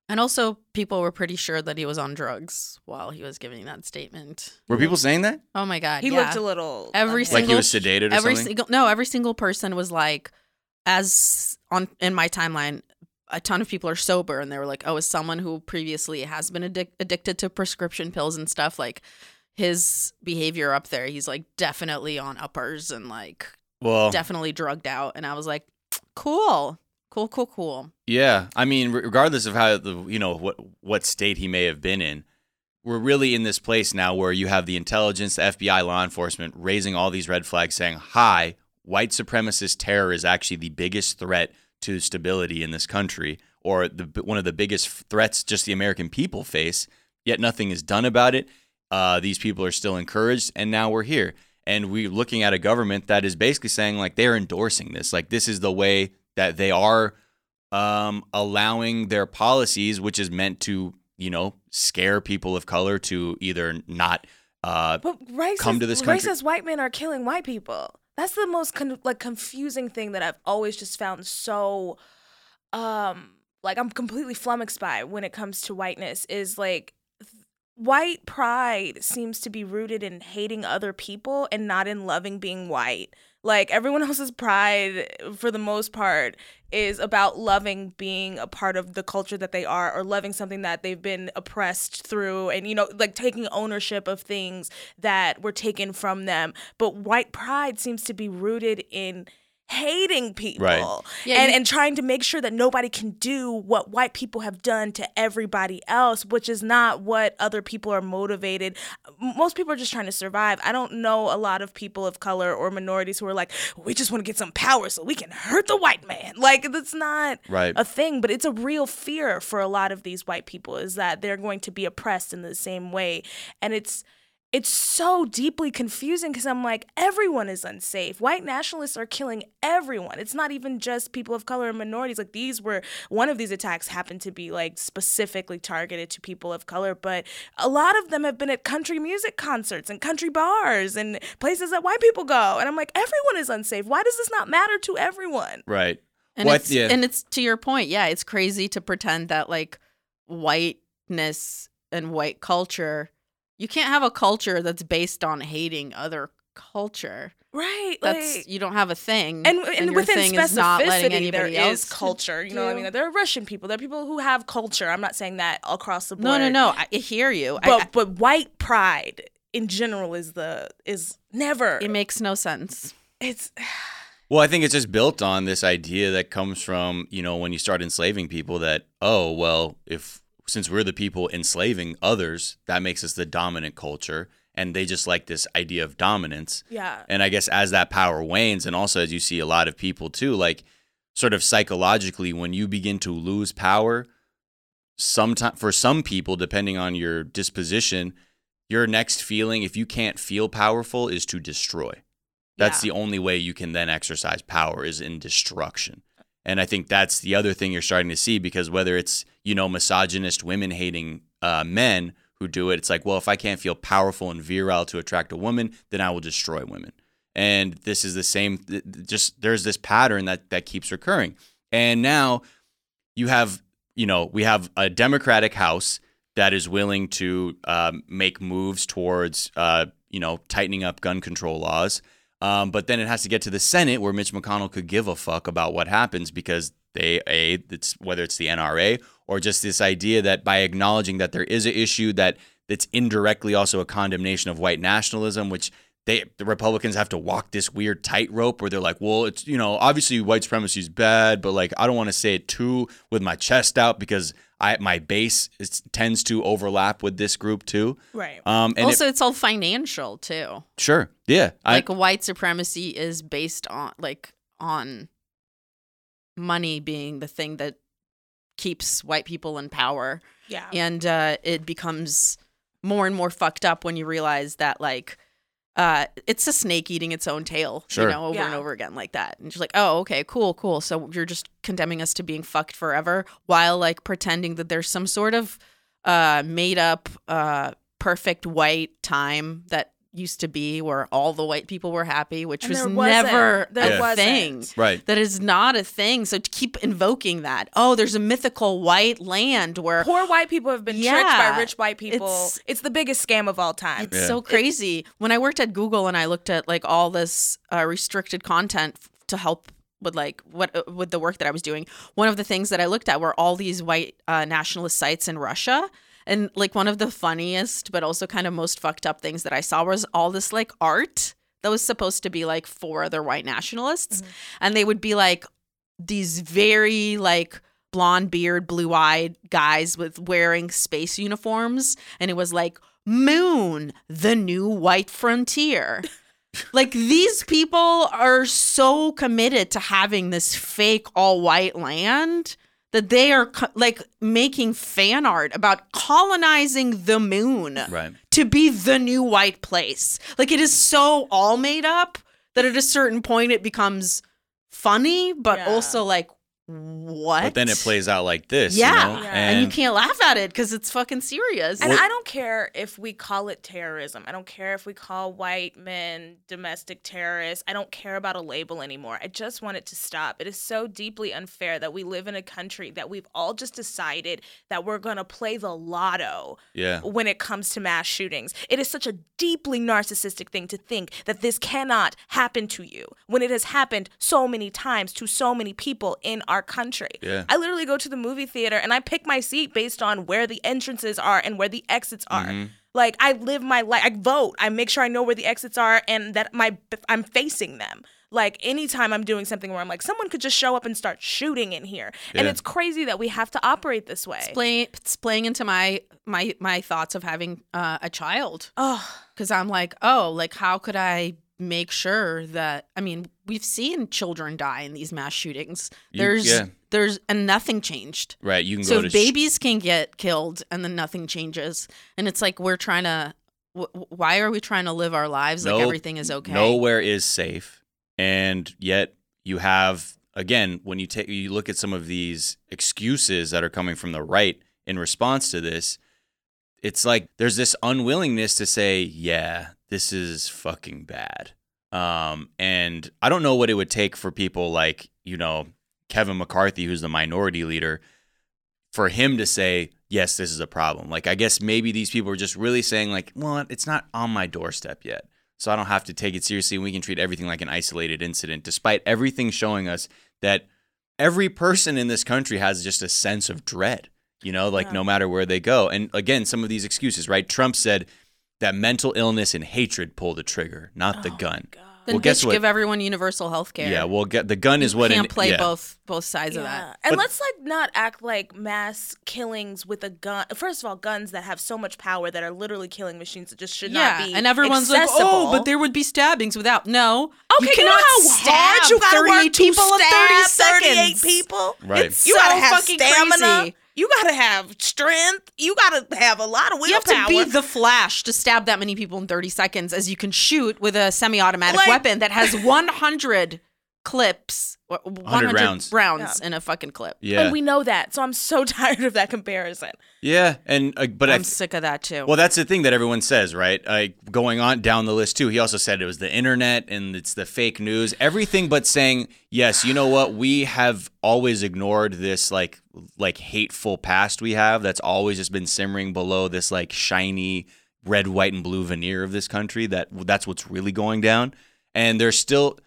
C: And also, people were pretty sure that he was on drugs while he was giving that statement.
A: Were people saying that?
C: Oh my God.
D: He
C: yeah.
D: looked a little
C: Every
D: unhinged.
A: Like he
C: single-
A: was sedated or
C: every
A: something?
C: single no every single person was like as on in my timeline a ton of people are sober and they were like oh as someone who previously has been addic- addicted to prescription pills and stuff like his behavior up there he's like definitely on uppers and like
A: well,
C: definitely drugged out and i was like cool cool cool cool
A: Yeah, I mean, re- regardless of how the you know what what state he may have been in, we're really in this place now where you have the intelligence, the FBI, law enforcement raising all these red flags, saying, "Hi, white supremacist terror is actually the biggest threat to stability in this country, or the one of the biggest threats just the American people face." Yet nothing is done about it. Uh, these people are still encouraged, and now we're here, and we're looking at a government that is basically saying like they're endorsing this, like this is the way that they are um, allowing their policies, which is meant to, you know, scare people of color to either not Uh,
D: But racist,
A: Come to this country.
D: racist white men are killing white people. That's the most con- like confusing thing that I've always just found so, um, like I'm completely flummoxed by when it comes to whiteness. Is like th- white pride seems to be rooted in hating other people and not in loving being white. Like everyone else's pride, for the most part, is about loving being a part of the culture that they are or loving something that they've been oppressed through and you know like taking ownership of things that were taken from them but white pride seems to be rooted in hating people
C: Yeah,
D: and
C: you-
D: and trying to make sure that nobody can do what white people have done to everybody else which is not what other people are motivated M- most people are just trying to survive i don't know a lot of people of color or minorities who are like we just want to get some power so we can hurt the white man like that's not
A: Right.
D: a thing but it's a real fear for a lot of these white people is that they're going to be oppressed in the same way and it's it's so deeply confusing because I'm like, everyone is unsafe. White nationalists are killing everyone. It's not even just people of color and minorities. Like, these were one of these attacks happened to be like specifically targeted to people of color, but a lot of them have been at country music concerts and country bars and places that white people go. And I'm like, everyone is unsafe. Why does this not matter to everyone?
A: right.
C: And
A: What-
C: it's
A: yeah.
C: and it's to your point, yeah, it's crazy to pretend that like whiteness and white culture you can't have a culture that's based on hating other culture.
D: Right.
C: That's
D: like-
C: you don't have a thing.
D: and, and,
C: your
D: within
C: thing
D: specificity,
C: is not letting
D: there
C: anybody
D: is
C: else
D: culture. You know what I
C: do-
D: mean? Like, there are Russian people. There are people who have culture. I'm not saying that across the board.
C: No, no, no. I I hear you. I-
D: But but white pride in general is the is never.
C: I, it makes no sense.
D: it's
A: Well, I think it's just built on this idea that comes from, you know, when you start enslaving people that, oh, well, if since we're the people enslaving others, that makes us the dominant culture. And they just like this idea of dominance.
D: yeah.
A: And I guess as that power wanes, and also as you see a lot of people too, like sort of psychologically, when you begin to lose power, sometime for some people, depending on your disposition, your next feeling, if you can't feel powerful, is to destroy. That's the only way you can then exercise power is in destruction. And I think that's the other thing you're starting to see because whether it's, you know, misogynist women hating uh, men who do it, it's like, well, if I can't feel powerful and virile to attract a woman, then I will destroy women. And this is the same, th- th- just there's this pattern that, that keeps recurring. And now you have, you know, we have a Democratic House that is willing to um, make moves towards, uh, you know, tightening up gun control laws. Um, but then it has to get to the Senate where Mitch McConnell could give a fuck about what happens because they, a, it's, whether it's the NRA or just this idea that by acknowledging that there is an issue that that's indirectly also a condemnation of white nationalism, which they the Republicans have to walk this weird tightrope where they're like, well, it's you know obviously white supremacy is bad, but like I don't want to say it too with my chest out because I my base is, tends to overlap with this group too.
D: Right.
A: Um, and it-
C: also, it's all financial too.
A: sure, yeah, I,
C: like white supremacy is based on like on money being the thing that keeps white people in power
D: Yeah.
C: and uh, it becomes more and more fucked up when you realize that like uh, it's a snake eating its own tail
A: Sure.
C: you know over and
D: Yeah.
C: over again like that and you're like oh okay cool cool so you're just condemning us to being fucked forever while like pretending that there's some sort of uh, made up uh, perfect white time that used to be where all the white people were happy which
D: And
C: was
D: there wasn't.
C: never
D: There
C: a
D: wasn't.
C: thing
A: right.
C: that is not a thing so to keep invoking that oh there's a mythical white land where
D: Poor white people have been tricked
C: Yeah.
D: by rich white people.
C: It's-
D: It's, the biggest scam of all time.
C: It's so crazy. when I worked at Google and I looked at like all this uh, restricted content f- to help with like what uh, with the work that I was doing, one of the things that I looked at were all these white uh, nationalist sites in Russia. And like one of the funniest, but also kind of most fucked up things that I saw was all this like art that was supposed to be like for other white nationalists. And they would be like these very like blonde beard, blue eyed guys with wearing space uniforms. And it was like, Moon, the new white frontier. like these people are so committed to having this fake all white land that they are co- like making fan art about colonizing the moon
A: Right.
C: to be the new white place. Like it is so all made up that at a certain point it becomes funny, but
D: Yeah.
C: also like what?
A: But then it plays out like this. you
C: Yeah.
A: know?
D: Yeah.
C: and,
A: And,
C: you can't laugh at it because it's fucking serious.
D: And I don't care if we call it terrorism. I don't care if we call white men domestic terrorists. I don't care about a label anymore. I just want it to stop. It is so deeply unfair that we live in a country that we've all just decided that we're going to play the lotto
A: yeah.
D: when it comes to mass shootings. It is such a deeply narcissistic thing to think that this cannot happen to you when it has happened so many times to so many people in our country.
A: Yeah.
D: I literally go to the movie theater and I pick my seat based on where the entrances are and where the exits are.
A: Mm-hmm.
D: Like I live my life, I vote, I make sure I know where the exits are and that my I'm facing them. Like anytime I'm doing something where I'm like, someone could just show up and start shooting in here, and
A: Yeah.
D: it's crazy that we have to operate this way.
C: It's playing, it's playing into my my my thoughts of having uh, a child
D: oh,
C: because I'm like, oh, like how could I make sure that? I mean, we've seen children die in these mass shootings.
A: You-
C: There's
A: yeah.
C: there's and nothing changed.
A: Right. You can
C: So
A: go to
C: if
A: sh-
C: babies can get killed and then nothing changes, and it's like we're trying to. wh- wh- Why are we trying to live our lives like
A: No-
C: everything is okay?
A: Nowhere is safe, and yet you have again when you take you look at some of these excuses that are coming from the right in response to this. It's like there's this unwillingness to say, "Yeah, this is fucking bad." Um, and I don't know what it would take for people like you know Kevin McCarthy, who's the minority leader, for him to say, yes, this is a problem. Like, I guess maybe these people are just really saying, like, well, it's not on my doorstep yet. So I don't have to take it seriously. And we can treat everything like an isolated incident, despite everything showing us that every person in this country has just a sense of dread, you know, like no matter where they go. And again, some of these excuses, right? Trump said that mental illness and hatred pull the trigger, not
C: Oh,
A: the gun.
C: Then
A: well, guess
C: bitch,
A: what?
C: give everyone universal health care.
A: yeah, well, get the gun is
C: you
A: what
C: can't
A: an-
C: play
A: yeah.
C: both both sides of that.
D: And
A: But-
D: let's like not act like mass killings with a gun. First of all, guns that have so much power that are literally killing machines that just should not be.
C: and everyone's like,
D: accessible."
C: "Oh, but there would be stabbings without." No,
D: Okay, you, know how hard you gotta work to stab 38 people.
A: Right.
D: It's you
C: so
D: gotta have
C: fucking
D: stamina.
C: crazy.
D: You gotta have strength. You gotta have a lot of willpower.
C: You have to be the Flash to stab that many people in 30 seconds, as you can shoot with a semi-automatic
D: Like-
C: weapon that has 100 clips, or 100
A: rounds.
C: rounds in a fucking clip.
A: Yeah.
D: And we know that, so I'm so tired of that comparison.
A: yeah. And, uh, but I
C: I'm
A: th-
C: sick of that too.
A: Well, that's the thing that everyone says, right? Like going on down the list too. He also said it was the internet and it's the fake news, everything but saying, "Yes, you know what? We have always ignored this like like hateful past we have that's always just been simmering below this like shiny red, white and blue veneer of this country that that's what's really going down." And there's still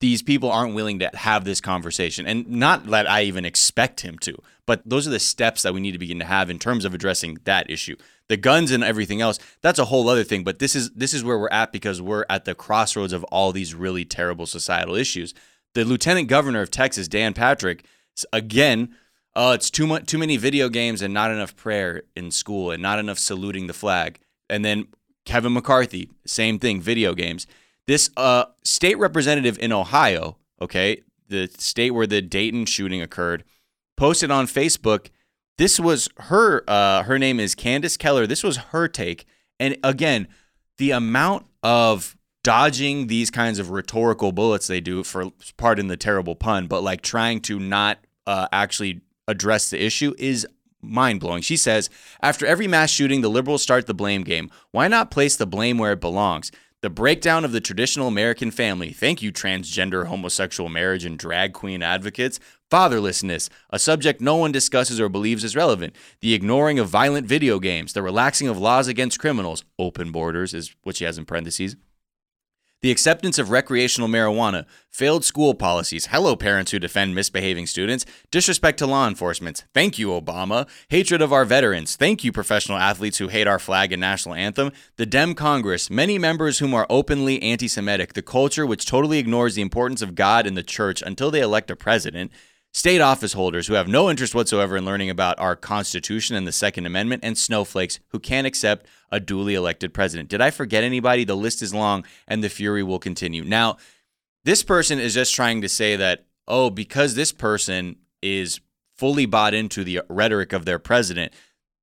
A: these people aren't willing to have this conversation and not that i even expect him to but those are the steps that we need to begin to have in terms of addressing that issue the guns and everything else that's a whole other thing but this is this is where we're at because we're at the crossroads of all these really terrible societal issues the lieutenant governor of texas dan patrick s- again uh, it's too much too many video games and not enough prayer in school and not enough saluting the flag and then Kevin McCarthy, same thing, video games. This uh, state representative in Ohio, okay, the state where the Dayton shooting occurred, posted on Facebook. This was her. Uh, her name is Candace Keller. This was her take. And again, the amount of dodging these kinds of rhetorical bullets they do for pardon the terrible pun, but like trying to not uh, actually address the issue is mind blowing. She says, after every mass shooting, the liberals start the blame game. Why not place the blame where it belongs? The breakdown of the traditional American family. Thank you, transgender, homosexual marriage, and drag queen advocates. Fatherlessness, a subject no one discusses or believes is relevant. The ignoring of violent video games. The relaxing of laws against criminals. Open borders is what she has in parentheses the acceptance of recreational marijuana, failed school policies, hello parents who defend misbehaving students, disrespect to law enforcement, thank you Obama, hatred of our veterans, thank you professional athletes who hate our flag and national anthem, the Dem Congress, many members whom are openly anti-Semitic, the culture which totally ignores the importance of God and the church until they elect a president. State office holders who have no interest whatsoever in learning about our Constitution and the Second Amendment, and snowflakes who can't accept a duly elected president. Did I forget anybody? The list is long and the fury will continue. Now, this person is just trying to say that, oh, because this person is fully bought into the rhetoric of their president,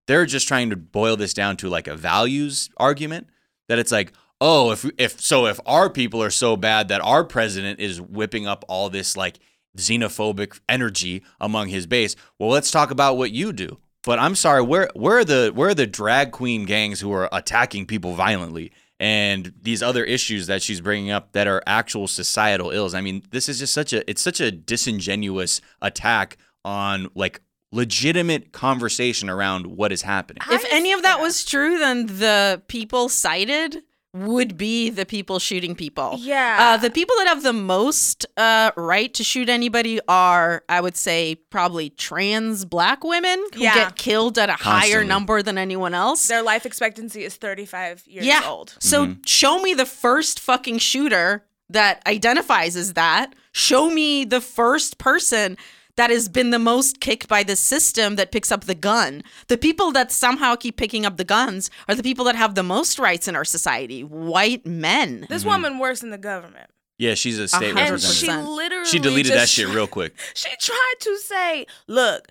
A: they're just trying to boil this down to like a values argument that it's like, oh, if if so if our people are so bad that our president is whipping up all this like xenophobic energy among his base. Well, let's talk about what you do. But I'm sorry, where where are the where are the drag queen gangs who are attacking people violently and these other issues that she's bringing up that are actual societal ills? I mean, this is just such a it's such a disingenuous attack on like legitimate conversation around what is happening.
C: if any of that was true, then the people cited would be the people shooting people.
B: Yeah.
C: Uh, the people that have the most uh, right to shoot anybody are, I would say, probably trans black women who
D: Yeah.
C: get killed at a higher
A: Constantly.
C: number than anyone else.
D: Their life expectancy is 35 years
C: yeah.
D: old.
C: So show me the first fucking shooter that identifies as that. Show me the first person that has been the most kicked by the system that picks up the gun. The people that somehow keep picking up the guns are the people that have the most rights in our society, white men.
A: Mm-hmm.
D: This woman works in the government.
A: Yeah, she's a state
C: hundred
D: And
A: representative.
D: she
C: percent.
D: literally
A: She deleted that
D: just-
A: shit real quick.
D: She tried to say, "Look,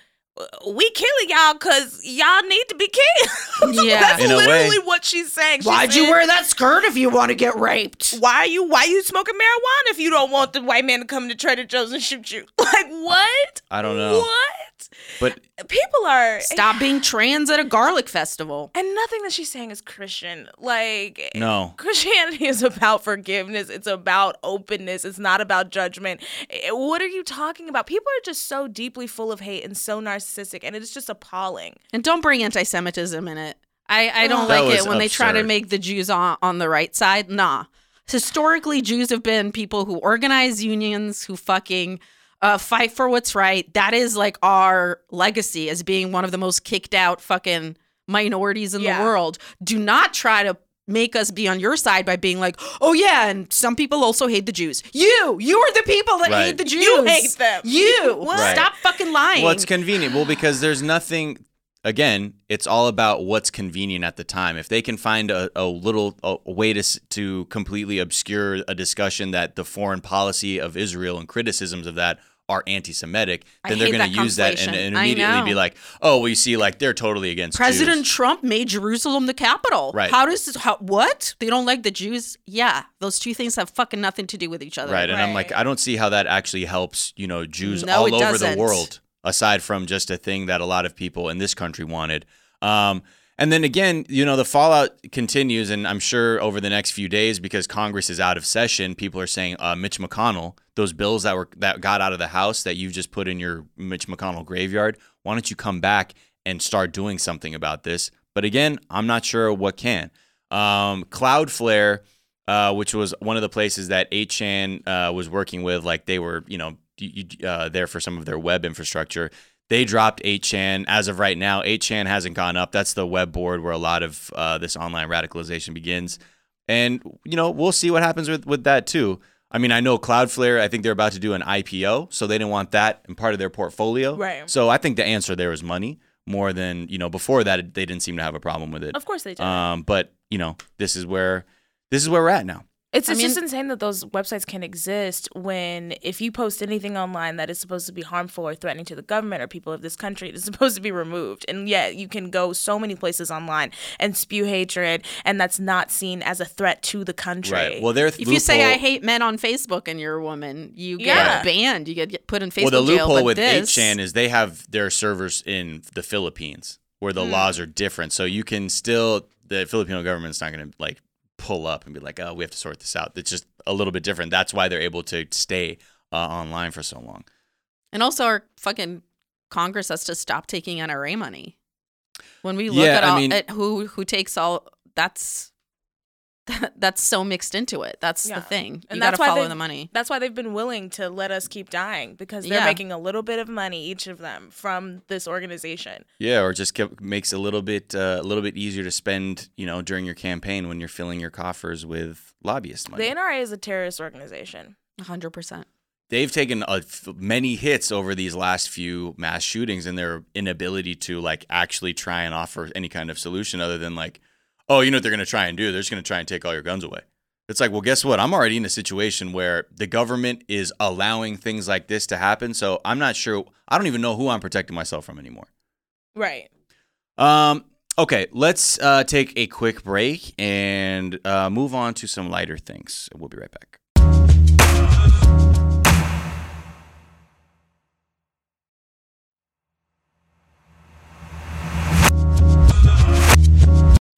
D: we killing y'all because y'all need to be killed."
C: Yeah.
D: that's
A: In a way.
D: literally what she's saying. She said,
C: that skirt if you want to get raped?
D: Why are you? Why you smoking marijuana if you don't want the white man to come to Trader Joe's and shoot you? Like what?
A: I don't know.
D: What?
A: But
D: People are
C: Stop being trans at a garlic festival.
D: and nothing that she's saying is Christian. Like
A: no.
D: Christianity is about forgiveness. It's about openness. It's not about judgment. Eh, What are you talking about? People are just so deeply full of hate and so narcissistic, and it's just appalling.
C: And don't bring anti-Semitism in it. I, I don't
A: That
C: like it
A: was
C: when they try to
A: absurd.
C: make the Jews on, on the right side. Nah. Historically, Jews have been people who organize unions, who fucking uh, fight for what's right. That is like our legacy as being one of the most kicked out fucking minorities in
D: Yeah.
C: the world. Do not try to make us be on your side by being like, oh yeah, and some people also hate the Jews. You, you are the people that
A: Right.
C: hate the Jews.
D: You hate them.
C: You.
A: Right.
C: Stop fucking lying.
A: Well, it's convenient. Well, because there's nothing. Again, it's all about what's convenient at the time. If they can find a, a little a a way to s- to completely obscure a discussion that the foreign policy of Israel and criticisms of that are anti-Semitic,
C: I
A: then they're
C: hate
A: going
C: that
A: to use that and,
C: conflation.
A: and
C: I
A: immediately be
C: know.
A: like, "Oh, well, you see, like they're totally against
C: President
A: Jews.
C: Trump made Jerusalem the capital.
A: Right.
C: How does this, how, what? They don't like the Jews? Yeah. Those two things have fucking nothing to do with each other.
A: Right, and I'm like,
D: Right.
A: I don't see how that actually helps, you know, Jews
C: No,
A: all
C: it
A: over
C: doesn't.
A: the world, aside from just a thing that a lot of people in this country wanted. Um, and then again, you know, the fallout continues, and I'm sure over the next few days, because Congress is out of session, people are saying, uh, Mitch McConnell, those bills that were that got out of the House that you've just put in your Mitch McConnell graveyard, why don't you come back and start doing something about this? But again, I'm not sure what can. Um, Cloudflare uh, which was one of the places that 8chan uh, was working with. Like they were, you know, you- you- uh, there for some of their web infrastructure. They dropped 8chan as of right now. 8chan hasn't gone up. That's the web board where a lot of uh, this online radicalization begins. And you know, we'll see what happens with with that too. I mean, I know Cloudflare. I think they're about to do an IPO, so they didn't want that in part of their portfolio.
D: Right.
A: So I think the answer there is money more than you know. Before that, they didn't seem to have a problem with it.
D: Of course they do.
A: Um, but you know, this is where this is where we're at now.
D: It's,
C: I
D: it's just
C: mean-
D: insane that those websites can exist when if you post anything online that is supposed to be harmful or threatening to the government or people of this country, it's supposed to be removed. And yet you can go so many places online and spew hatred, and that's not seen as a threat to the country.
A: Right. Well, their
C: If you say I
A: loophole-
C: hate men on Facebook and you're a woman, you get
D: Yeah.
C: banned. You get, get put in Facebook
A: well, the
C: jail.
A: loophole
C: but
A: with
C: this,
A: 8chan is they have their servers in the Philippines where
C: Hmm.
A: the laws are different, so you can still the Filipino government's not going to like pull up and be like, oh, we have to sort this out. It's just a little bit different. That's why they're able to stay uh, online for so long.
C: and also our fucking Congress has to stop taking NRA money. When we look
A: Yeah,
C: at,
A: I
C: all,
A: mean-
C: at who who takes all, that's that's so mixed into it. That's
D: Yeah.
C: the thing.
D: And
C: you got to
D: that's why
C: follow
D: they-
C: the money.
D: That's why they've been willing to let us keep dying because they're
C: Yeah.
D: making a little bit of money, each of them, from this organization.
A: Yeah, or just kept, makes it a little bit uh, a little bit easier to spend, you know, during your campaign when you're filling your coffers with lobbyist money.
D: The NRA is a terrorist organization.
C: hundred percent.
A: they've taken a f- many hits over these last few mass shootings and their inability to like actually try and offer any kind of solution other than like oh you know what they're going to try and do they're just going to try and take all your guns away it's like well guess what i'm already in a situation where the government is allowing things like this to happen so i'm not sure i don't even know who i'm protecting myself from anymore
D: Right.
A: um okay let's uh, take a quick break and uh, move on to some lighter things we'll be right back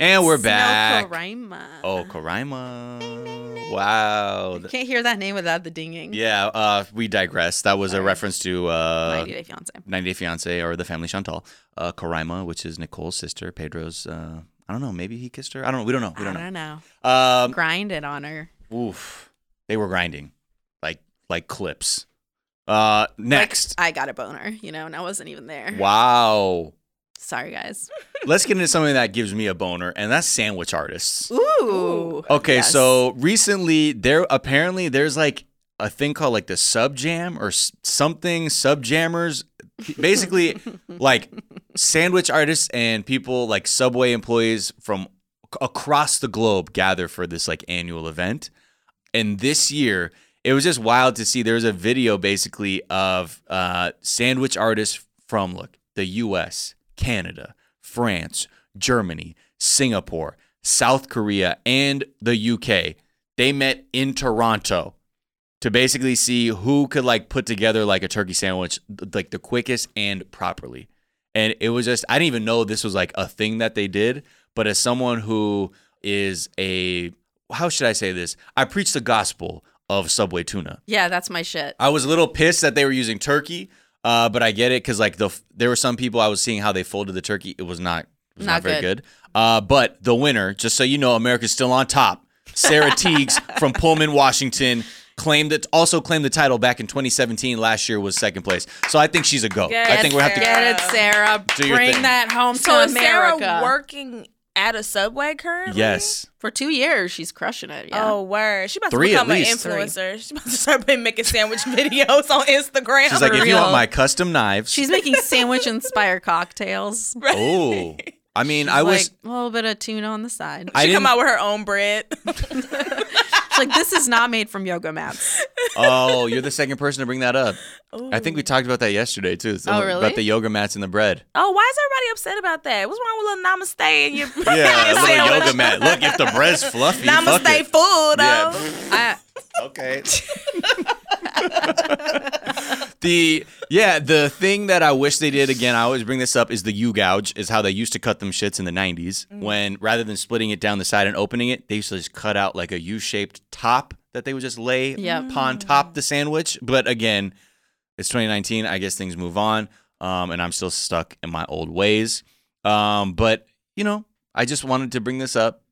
A: And we're
C: Smell
A: back.
C: Koraima.
A: Oh, Koraima. Wow.
C: Can't hear that name without the dinging.
A: Yeah, uh, we digress. That was a
C: Sorry.
A: reference to uh,
C: 90 Day Fiance.
A: 90 Day Fiance or the family Chantal. Uh, Koraima, which is Nicole's sister, Pedro's. Uh, I don't know. Maybe he kissed her. I don't know. We don't know. We don't
C: I
A: know.
C: don't know.
A: Um,
C: Grind it on her.
A: oof. They were grinding like like clips. Uh, next.
C: I got a boner, you know, and I wasn't even there.
A: wow.
C: Sorry, guys.
A: Let's get into something that gives me a boner, and that's sandwich artists.
C: Ooh.
A: Okay,
C: Yes.
A: so recently there apparently there's like a thing called like the sub jam or s- something sub jammers, basically like sandwich artists and people like subway employees from ac- across the globe gather for this like annual event. And this year it was just wild to see. There was a video basically of uh, sandwich artists from look the U.S., Canada, France, Germany, Singapore, South Korea, and the U.K. They met in Toronto to basically see who could like put together like a turkey sandwich th- like the quickest and properly. And it was just I didn't even know this was like a thing that they did, but as someone who is a how should I say this? I preach the gospel of Subway tuna.
C: Yeah, that's my shit.
A: I was a little pissed that they were using turkey, uh, but I get it because like the f- there were some people I was seeing how they folded the turkey. It was not it was not,
C: Not
A: very good.
C: good.
A: Uh, but the winner, just so you know, America's still on top. Sarah Teagues from Pullman, Washington, claimed that also claimed the title back in 2017. Last year was second place, so I think she's a go. I
D: Yes,
A: think we have to.
D: Sarah.
C: Get it, Sarah.
A: Do your
C: Bring
A: thing.
C: that home
D: So
C: to
D: is
C: America.
D: Sarah working at a Subway currently?
A: Yes,
C: For two years, she's crushing it. Yeah.
D: Oh word! She about
A: Three
D: to
A: at
D: become an
A: least.
D: influencer. She about to start making sandwich videos on Instagram.
A: she's like,
D: For
A: if you
D: real.
A: want my custom knives,
C: She's making sandwich-inspired cocktails.
A: oh, I mean, I
C: like,
A: was.
C: a little bit of tuna on the side.
A: I
D: she
A: didn't,
D: come out with her own bread.
C: She's like, this is not made from yoga mats.
A: oh, you're the second person to bring that up. I think we talked about that yesterday too. so-
C: Oh, really?
A: About the yoga mats and the bread.
D: Oh, why is everybody upset about that? What's wrong with a little namaste in your
A: Yeah, a
D: your
A: little
D: sandwich?
A: yoga mat. Look, if the bread's fluffy, fuck
D: Namaste
A: it.
D: food though.
A: Yeah.
C: I,
A: okay. the yeah, the thing that I wish they did again, I always bring this up, is the U gouge, is how they used to cut them shits in the nineties when rather than splitting it down the side and opening it, they used to just cut out like a U shaped top that they would just lay
C: Yep.
A: upon top the sandwich. But again, it's 2019. I guess things move on. Um, and I'm still stuck in my old ways. Um, but you know, I just wanted to bring this up.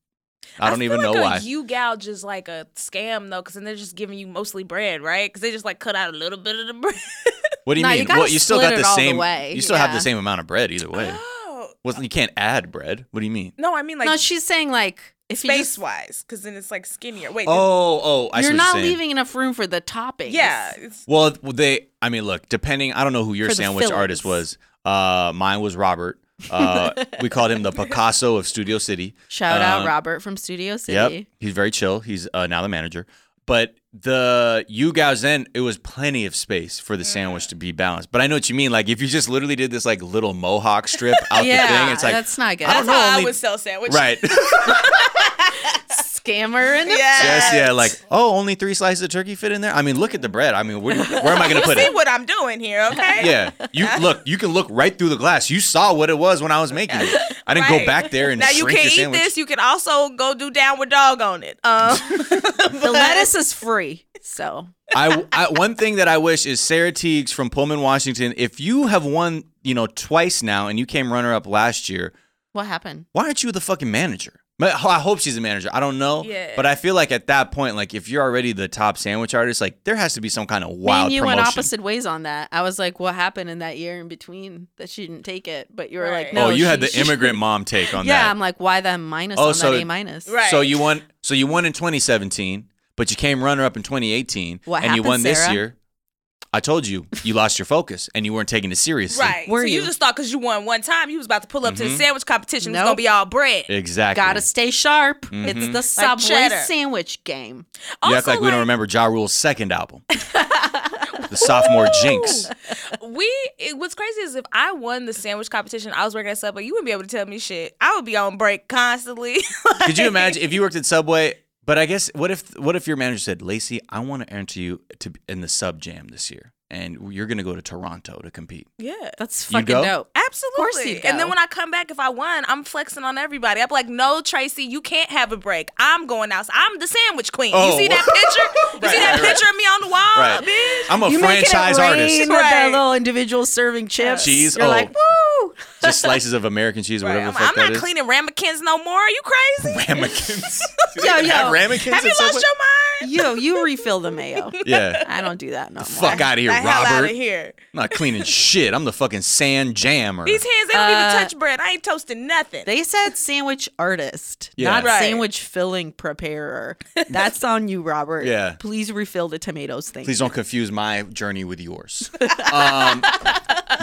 A: I don't
D: feel
A: even
D: like
A: know
D: a
A: why.
D: You gouge is like a scam though, because then they're just giving you mostly bread, right? Because they just like cut out a little bit of the bread.
A: What do you
C: No, you
A: mean?
C: gotta
A: well, you still
C: split
A: got
C: it
A: the
C: all the
A: same.
C: way,
A: You still have the
C: yeah.
A: same amount of bread either way.
D: Oh
A: Well, you can't add bread. What do you mean?
D: no, I mean like
C: no, she's saying like if you
D: space
C: just,
D: wise, because then it's like skinnier. Wait,
A: Oh, oh, I see
C: you're
A: what
C: not
A: saying.
C: leaving enough room for the toppings.
D: this- yeah, it's
A: Well, th- well, they. I mean, look. Depending, I don't know who your
C: For the
A: sandwich artist was.
C: fillings.
A: Uh, mine was Robert. Uh, we called him the Picasso of Studio City.
C: Shout out
A: Um,
C: Robert from Studio City.
A: Yep, he's very chill. He's uh, now the manager. But the you guys then it was plenty of space for the sandwich to be balanced. But I know what you mean. Like if you just literally did this like little mohawk strip out the
C: Yeah,
A: thing, it's like
C: that's not good.
A: I don't
D: that's
A: know.
D: how
A: only-
D: I would sell sandwich.
A: right.
C: Scammer and
A: Yes, yeah, like oh, only three slices of turkey fit in there. I mean, look at the bread. I mean, where, where am I going to put
D: See
A: it?
D: what I'm doing here, okay?
A: Yeah, you look. You can look right through the glass. You saw what it was when I was making it. I didn't go
D: Right.
A: back there and
D: Now you
A: shrink
D: can
A: your
D: eat
A: sandwich.
D: this. You can also go do downward dog on it. Um,
C: the lettuce is free. So
A: I, I one thing that I wish is Sarah Teagues from Pullman, Washington. If you have won, you know, twice now, and you came runner up last year,
C: what happened?
A: why aren't you the fucking manager? But I hope she's a manager. I don't know.
D: Yeah.
A: But I feel like at that point, like if you're already the top sandwich artist, like there has to be some kind of
C: Me
A: wild
C: and you
A: promotion.
C: went opposite ways on that. I was like, what happened in that year in between that she didn't take it? But you were
D: Right.
C: like,
A: oh,
C: no.
A: you had
C: she-
A: the
C: she-
A: immigrant mom take on
C: yeah,
A: that.
C: I'm like, why the minus
A: Oh,
C: on
A: so-
C: that A minus?
D: Right.
A: So you won. So you won in 2017, but you came runner up in 2018,
C: What
A: and you
C: happened,
A: won this
C: Sarah?
A: year. I told you you lost your focus and you weren't taking it seriously.
D: right.
C: Were
D: so you?
C: you?
D: just thought because you won one time, you was about to pull up to the
A: Mhm.
D: sandwich competition. It's
C: Nope.
D: gonna be all bread.
A: Exactly.
C: Gotta stay sharp.
A: Mhm.
C: It's the Subway
D: cheddar.
C: sandwich game.
A: You act
D: Also,
A: like we don't remember Ja Rule's second album, the sophomore jinx.
D: We it, what's crazy is if I won the sandwich competition, I was working at Subway, you wouldn't be able to tell me shit. I would be on break constantly.
A: Could you imagine if you worked at Subway? But I guess what if what if your manager said, "Lacey, I want to enter you to in the sub jam this year." and you're going to go to Toronto to compete.
D: Yeah.
C: That's
A: You
C: fucking
A: go?
C: dope.
D: Absolutely.
C: course you
D: And
C: go.
D: then when I come back, if I won, I'm flexing on everybody. I'm like, no, Tracy, you can't have a break. I'm going out. I'm the sandwich queen.
A: Oh.
D: You see that picture? You
A: Right,
D: see that
A: right, right.
D: picture of me on the wall,
A: Right.
D: bitch?
A: I'm a
C: You making it
A: franchise
C: rain
A: artist.
C: with that
D: Right.
C: little individual serving chips.
A: Cheese,
C: You're
A: oh.
C: like, woo.
A: Just slices of American cheese or
D: Right.
A: whatever
D: I'm,
A: the fuck
D: I'm not
A: that is.
D: cleaning ramekins no more. Are you crazy?
A: Ramekins. Do they
C: Yo,
A: even have
C: yo.
A: ramekins
D: Have
A: in
D: you lost
A: Subway?
D: your mind?
C: Yo, you refill the mayo.
A: Yeah.
C: I don't do that no more.
A: Fuck out of here,
D: the hell out
A: Robert.
D: of here.
A: I'm not cleaning shit. I'm the fucking sand jammer.
D: These hands, they don't
C: Uh,
D: even touch bread. I ain't toasting nothing.
C: They said sandwich artist,
A: Yeah.
C: not
D: Right.
C: sandwich filling preparer. That's on you, Robert.
A: Yeah.
C: Please refill the tomatoes thing.
A: Please don't confuse my journey with yours. um,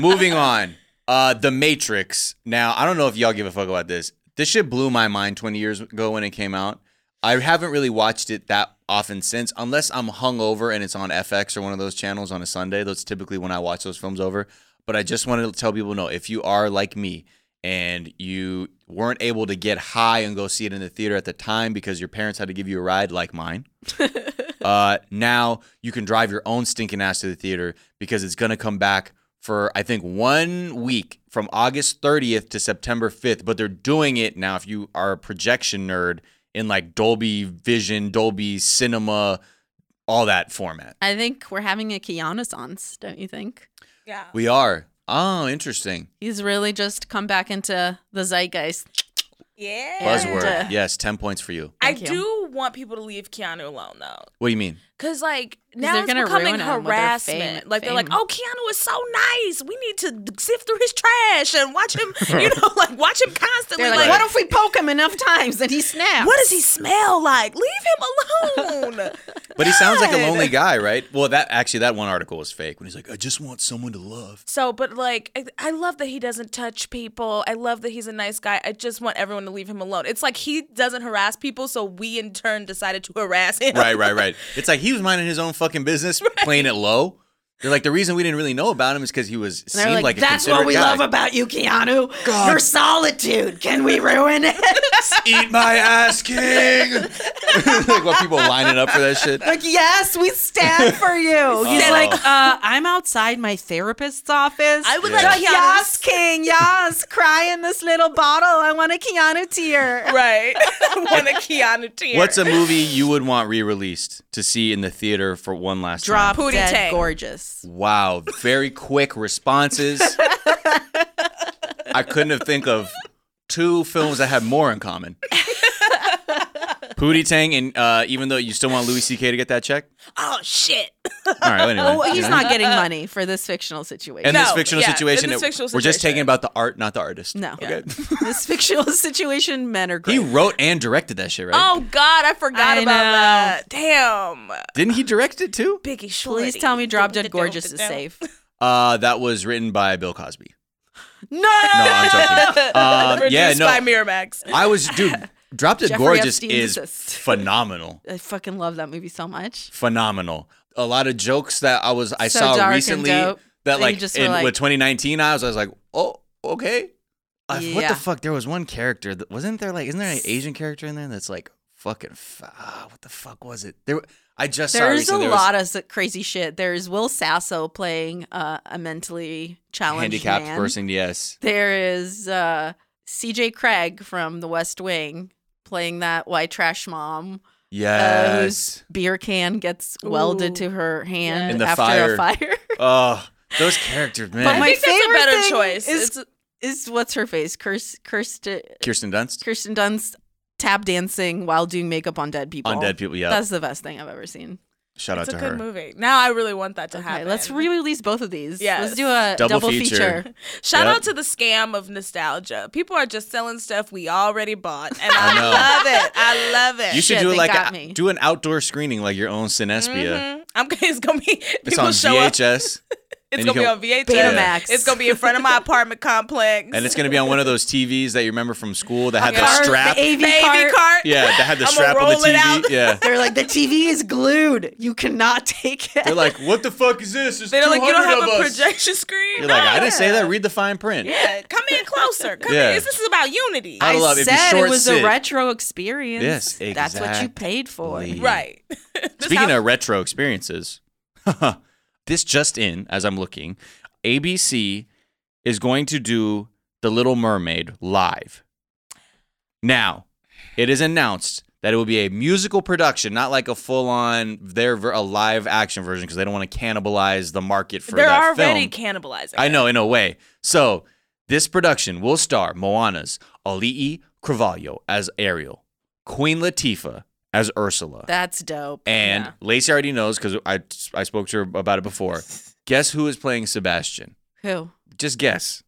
A: moving on. Uh, the Matrix. Now, I don't know if y'all give a fuck about this. This shit blew my mind 20 years ago when it came out. I haven't really watched it that often since, unless I'm hungover and it's on FX or one of those channels on a Sunday. That's typically when I watch those films over. But I just wanted to tell people no, if you are like me and you weren't able to get high and go see it in the theater at the time because your parents had to give you a ride like mine, uh, now you can drive your own stinking ass to the theater because it's going to come back for, I think, one week from August 30th to September 5th. But they're doing it now, if you are a projection nerd, in like Dolby Vision, Dolby Cinema, all that format.
C: I think we're having a Keanu-sance, don't you think?
D: yeah.
A: We are. Oh, interesting.
C: He's really just come back into the zeitgeist.
D: yeah.
A: Buzzword.
C: And, uh,
A: yes, 10 points for you.
D: I
C: Thank you.
D: do want people to leave Keanu alone, though.
A: What do you mean?
D: Cause like
C: 'Cause
D: now
C: they're
D: it's
C: gonna
D: becoming
C: ruin him with their
D: harassment.
C: fame-
D: like they're like,
C: fame.
D: "Oh, Keanu is so nice. We need to d- sift through his trash and watch him. You know, like watch him constantly.
C: They're
D: Like,
C: like,
A: Right.
C: what if we poke him enough times and he snaps?
D: what does he smell like? Leave him alone."
A: But he sounds like a
D: God.
A: lonely guy, right? Well, that actually, that one article was fake when he's like, I just want someone to love.
D: so, but like, I, I love that he doesn't touch people. I love that he's a nice guy. I just want everyone to leave him alone. It's like he doesn't harass people, so we in turn decided to harass him.
A: Right, right, right. It's like he was minding his own fucking business, playing it low. They're like, the reason we didn't really know about him is because he was
C: And they're
A: seemed like,
C: like,
A: a
C: that's what
A: considerate
C: we
A: guy.
C: love about you, Keanu. Your solitude. Can we ruin it?
A: Eat my ass, king. like what people lining up for that shit.
C: like, yes, we stand for you. He's
A: Oh.
C: like, uh, I'm outside my therapist's office.
D: I would
A: Yeah.
D: like Keanu.
C: Yas, King, Yas, cry in this little bottle. I want a Keanu tear.
D: Right. I want a Keanu tear.
A: What's a movie you would want re-released to see in the theater for one last
C: Drop
D: Pootie
C: dead
D: Tang.
C: gorgeous.
A: time? Wow, very quick responses. I couldn't have think of two films that have more in common. Pootie Tang, and uh, even though you still want Louis C.K. to get that check,
D: oh shit.
A: all right. well, Anyway,
C: Oh,
A: you
C: he's
A: know.
C: not getting money for this fictional situation.
A: And
D: No,
A: this fictional
D: yeah,
A: situation,
D: in this
A: it-
D: fictional
A: we're just
D: situation.
A: taking about the art, not the artist.
C: No.
A: Okay.
C: this fictional situation, men are
A: he
C: great.
A: wrote and directed that shit, right?
D: Oh God, I forgot
C: I
D: about
C: know.
D: that. Damn.
A: Didn't he direct it too?
D: Biggie Shorty.
C: Please tell me Drop Dead Gorgeous is safe.
A: Uh, that was written by Bill Cosby.
C: No!
A: No, I'm joking. Um,
D: Produced
A: yeah,
D: by
A: no,
D: Miramax.
A: I was, dude. Drop Dead
C: Jeffrey
A: Gorgeous
C: Epstein
A: is
C: exists.
A: phenomenal,
C: I fucking love that movie so much.
A: phenomenal. A lot of jokes that I was I
C: So dark
A: saw
C: and
A: recently
C: dope.
A: that
C: And
A: like
C: you just were
A: in
C: like-
A: with 2019 I was I was like oh okay Uh, what
C: Yeah.
A: the fuck there was one character that wasn't there like isn't there an Asian character in there that's like fucking fa- ah, what the fuck was it there I just saw
C: There's a
A: recently, there was-
C: lot of s- crazy shit. There's Will Sasso playing uh, a mentally challenged
A: handicapped
C: man.
A: person. Yes.
C: There is uh, C.J. Craig from The West Wing playing that white trash mom. uh, whose
A: Yes.
C: beer can gets welded to her hand
A: In the
C: after
A: fire.
C: a fire.
A: oh, those characters, man.
C: But my
D: think that's a
C: favorite
D: better
C: thing
D: choice.
C: Is,
D: It's-
C: is what's her face? Kirst, Kirst,
A: Kirsten Dunst
C: Kirsten Dunst tap dancing while doing makeup on dead people.
A: on Dead People. Yeah.
C: That's the best thing I've ever seen.
A: Shout out
D: It's a
A: to
D: good
A: her.
D: movie. Now I really want that to
C: Okay,
D: happen.
C: let's re-release both of these. Yeah,
D: Yes.
C: Let's do a
A: Double
C: double,
A: feature.
C: feature.
D: Shout
A: Yep.
D: out to the scam of nostalgia. People are just selling stuff we already bought, and I,
A: I know.
D: love it. I love it.
A: You should
C: Shit,
A: do
C: they
A: like
C: got
A: a,
C: me. Mm-hmm.
A: do an outdoor screening like your own Synespia.
D: Mhm. I'm it's gonna be
A: It's
D: people
A: on
D: show up.
A: VHS
D: It's
A: and
D: gonna
A: you
D: be
A: can-
D: on VHS.
C: Betamax.
D: It's gonna be in front of my apartment complex.
A: and it's gonna be on one of those TVs that you remember from school that had the
D: Cart,
A: strap.
C: The AV
D: baby
C: cart.
D: cart.
A: yeah, that had the
D: I'ma
A: strap on the
D: roll
A: TV.
D: it out.
A: Yeah.
C: They're like the TV is glued. You cannot take it.
A: They're like, what the fuck is this? There's
D: They don't like you don't
A: 200
D: have
A: of
D: a
A: us.
D: projection screen.
A: You're like, I didn't say
D: Yeah.
A: that. Read the fine print.
D: Yeah, come in closer. Come
A: Yeah.
D: in. This is about unity.
A: I
C: I
A: love if you
C: said
A: short
C: it was
A: sit.
C: a retro experience.
A: Yes,
C: That's what you
A: exactly.
C: paid for.
A: Right.
D: Right.
A: Speaking of retro experiences, this just in as I'm looking, ABC is going to do The Little Mermaid live. Now, it is announced that it will be a musical production, not like a full on their ver- a live action version because they don't want to cannibalize the market for
D: They're
A: that
D: already
A: film.
D: cannibalizing.
A: I
D: it.
A: know in a way. So, this production will star Moana's Ali'i Carvalho as Ariel, Queen Latifah as Ursula,
C: That's dope.
A: and
C: Yeah.
A: Lacey already knows because I, I spoke to her about it before. Guess who is playing Sebastian?
C: who?
A: Just guess.